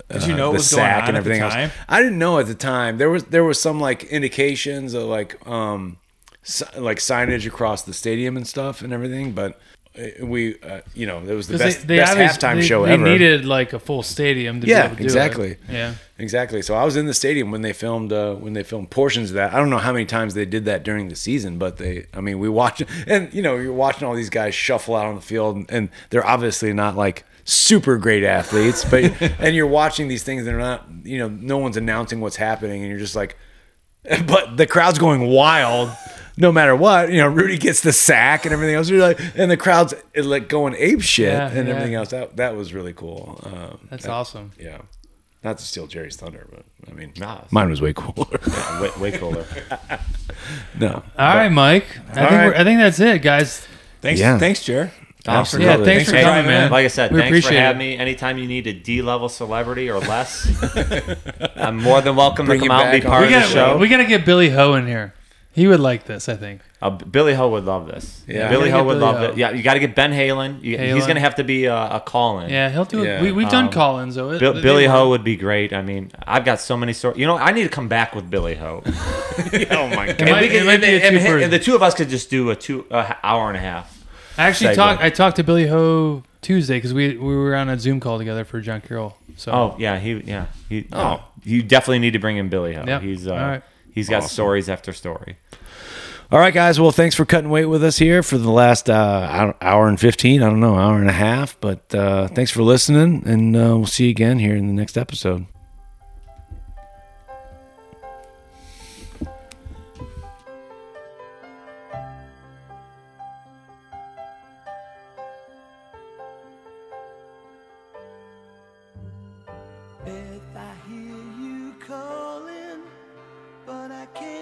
Speaker 1: did
Speaker 2: you know what was going on at the time?
Speaker 1: I didn't know at the time. There was there was some like indications of like um si- like signage across the stadium and stuff and everything, but uh, we, uh, you know, it was the
Speaker 3: 'Cause
Speaker 1: best,
Speaker 3: they, they
Speaker 1: best
Speaker 3: obvious-
Speaker 1: halftime
Speaker 3: they,
Speaker 1: show
Speaker 3: they
Speaker 1: ever.
Speaker 3: needed like a full stadium to
Speaker 1: Yeah,
Speaker 3: be able to do
Speaker 1: exactly.
Speaker 3: it. Yeah.
Speaker 1: Exactly. So I was in the stadium when they filmed uh, when they filmed portions of that. I don't know how many times they did that during the season, but they. I mean, we watch and you know you're watching all these guys shuffle out on the field, and, and they're obviously not like super great athletes, but and you're watching these things, and they're not. You know, no one's announcing what's happening, and you're just like, but the crowd's going wild. No matter what, you know, Rudy gets the sack and everything else. You're like, and the crowd's uh, like going ape shit
Speaker 3: Yeah,
Speaker 1: and
Speaker 3: yeah.
Speaker 1: everything else. That that was really cool. Um,
Speaker 3: That's awesome.
Speaker 1: yeah. Not to steal Jerry's thunder, but I mean,
Speaker 4: Nah, it's-
Speaker 1: mine was way cooler.
Speaker 4: way, way cooler.
Speaker 1: no.
Speaker 3: All right, Mike. I think
Speaker 1: right.
Speaker 3: we're, I think that's it, guys.
Speaker 2: Thanks,
Speaker 1: Yeah.
Speaker 2: thanks, Jer.
Speaker 1: Absolutely.
Speaker 3: Yeah, thanks,
Speaker 2: Thanks
Speaker 3: for
Speaker 2: for
Speaker 3: coming,
Speaker 2: driving
Speaker 3: man.
Speaker 2: in.
Speaker 4: Like I said,
Speaker 3: we
Speaker 4: thanks for
Speaker 3: appreciate
Speaker 4: having
Speaker 3: it.
Speaker 4: me. Anytime you need a D level celebrity or less, I'm more than welcome
Speaker 1: Bring
Speaker 4: to
Speaker 1: you
Speaker 4: come out and be
Speaker 1: back on.
Speaker 4: part
Speaker 3: We
Speaker 4: of the
Speaker 3: got
Speaker 4: show.
Speaker 3: we got to get Billy Ho in here. He would like this, I think.
Speaker 4: Uh, Billy Ho would love this.
Speaker 1: Yeah.
Speaker 4: Billy
Speaker 3: Gotta
Speaker 4: Ho
Speaker 3: get
Speaker 4: would
Speaker 3: Billy
Speaker 4: love
Speaker 3: Ho.
Speaker 4: it. Yeah, you got to get Ben Halen. You- He's
Speaker 3: Halen.
Speaker 4: going to have to be uh, a call in.
Speaker 3: Yeah, he'll do
Speaker 1: Yeah.
Speaker 3: it. We, we've done
Speaker 4: Um,
Speaker 3: call-ins, though. It-
Speaker 4: Bill,
Speaker 3: they
Speaker 4: Billy
Speaker 3: were-
Speaker 4: Ho would be great. I mean, I've got so many stories. You know, I need to come back with Billy Ho.
Speaker 1: oh my
Speaker 3: It might,
Speaker 4: we could-
Speaker 3: it might be a
Speaker 4: and- and-
Speaker 3: twofer.
Speaker 4: and the two of us could just do a two uh, hour and a half.
Speaker 3: I actually
Speaker 4: segue.
Speaker 3: talked. I talked to Billy Ho Tuesday because we we were on a Zoom call together for Junk Girl. So
Speaker 4: Oh yeah, he yeah he.
Speaker 1: Oh.
Speaker 4: uh, you definitely need to bring in Billy Ho.
Speaker 3: Yep.
Speaker 4: He's uh,
Speaker 3: All right.
Speaker 4: he's got
Speaker 1: Awesome.
Speaker 4: stories after story.
Speaker 1: All right, guys. Well, thanks for cutting weight with us here for the last uh, hour- hour and 15. I don't know, hour and a half. But uh, thanks for listening. And uh, we'll see you again here in the next episode.
Speaker 5: If I hear you calling, but I can't.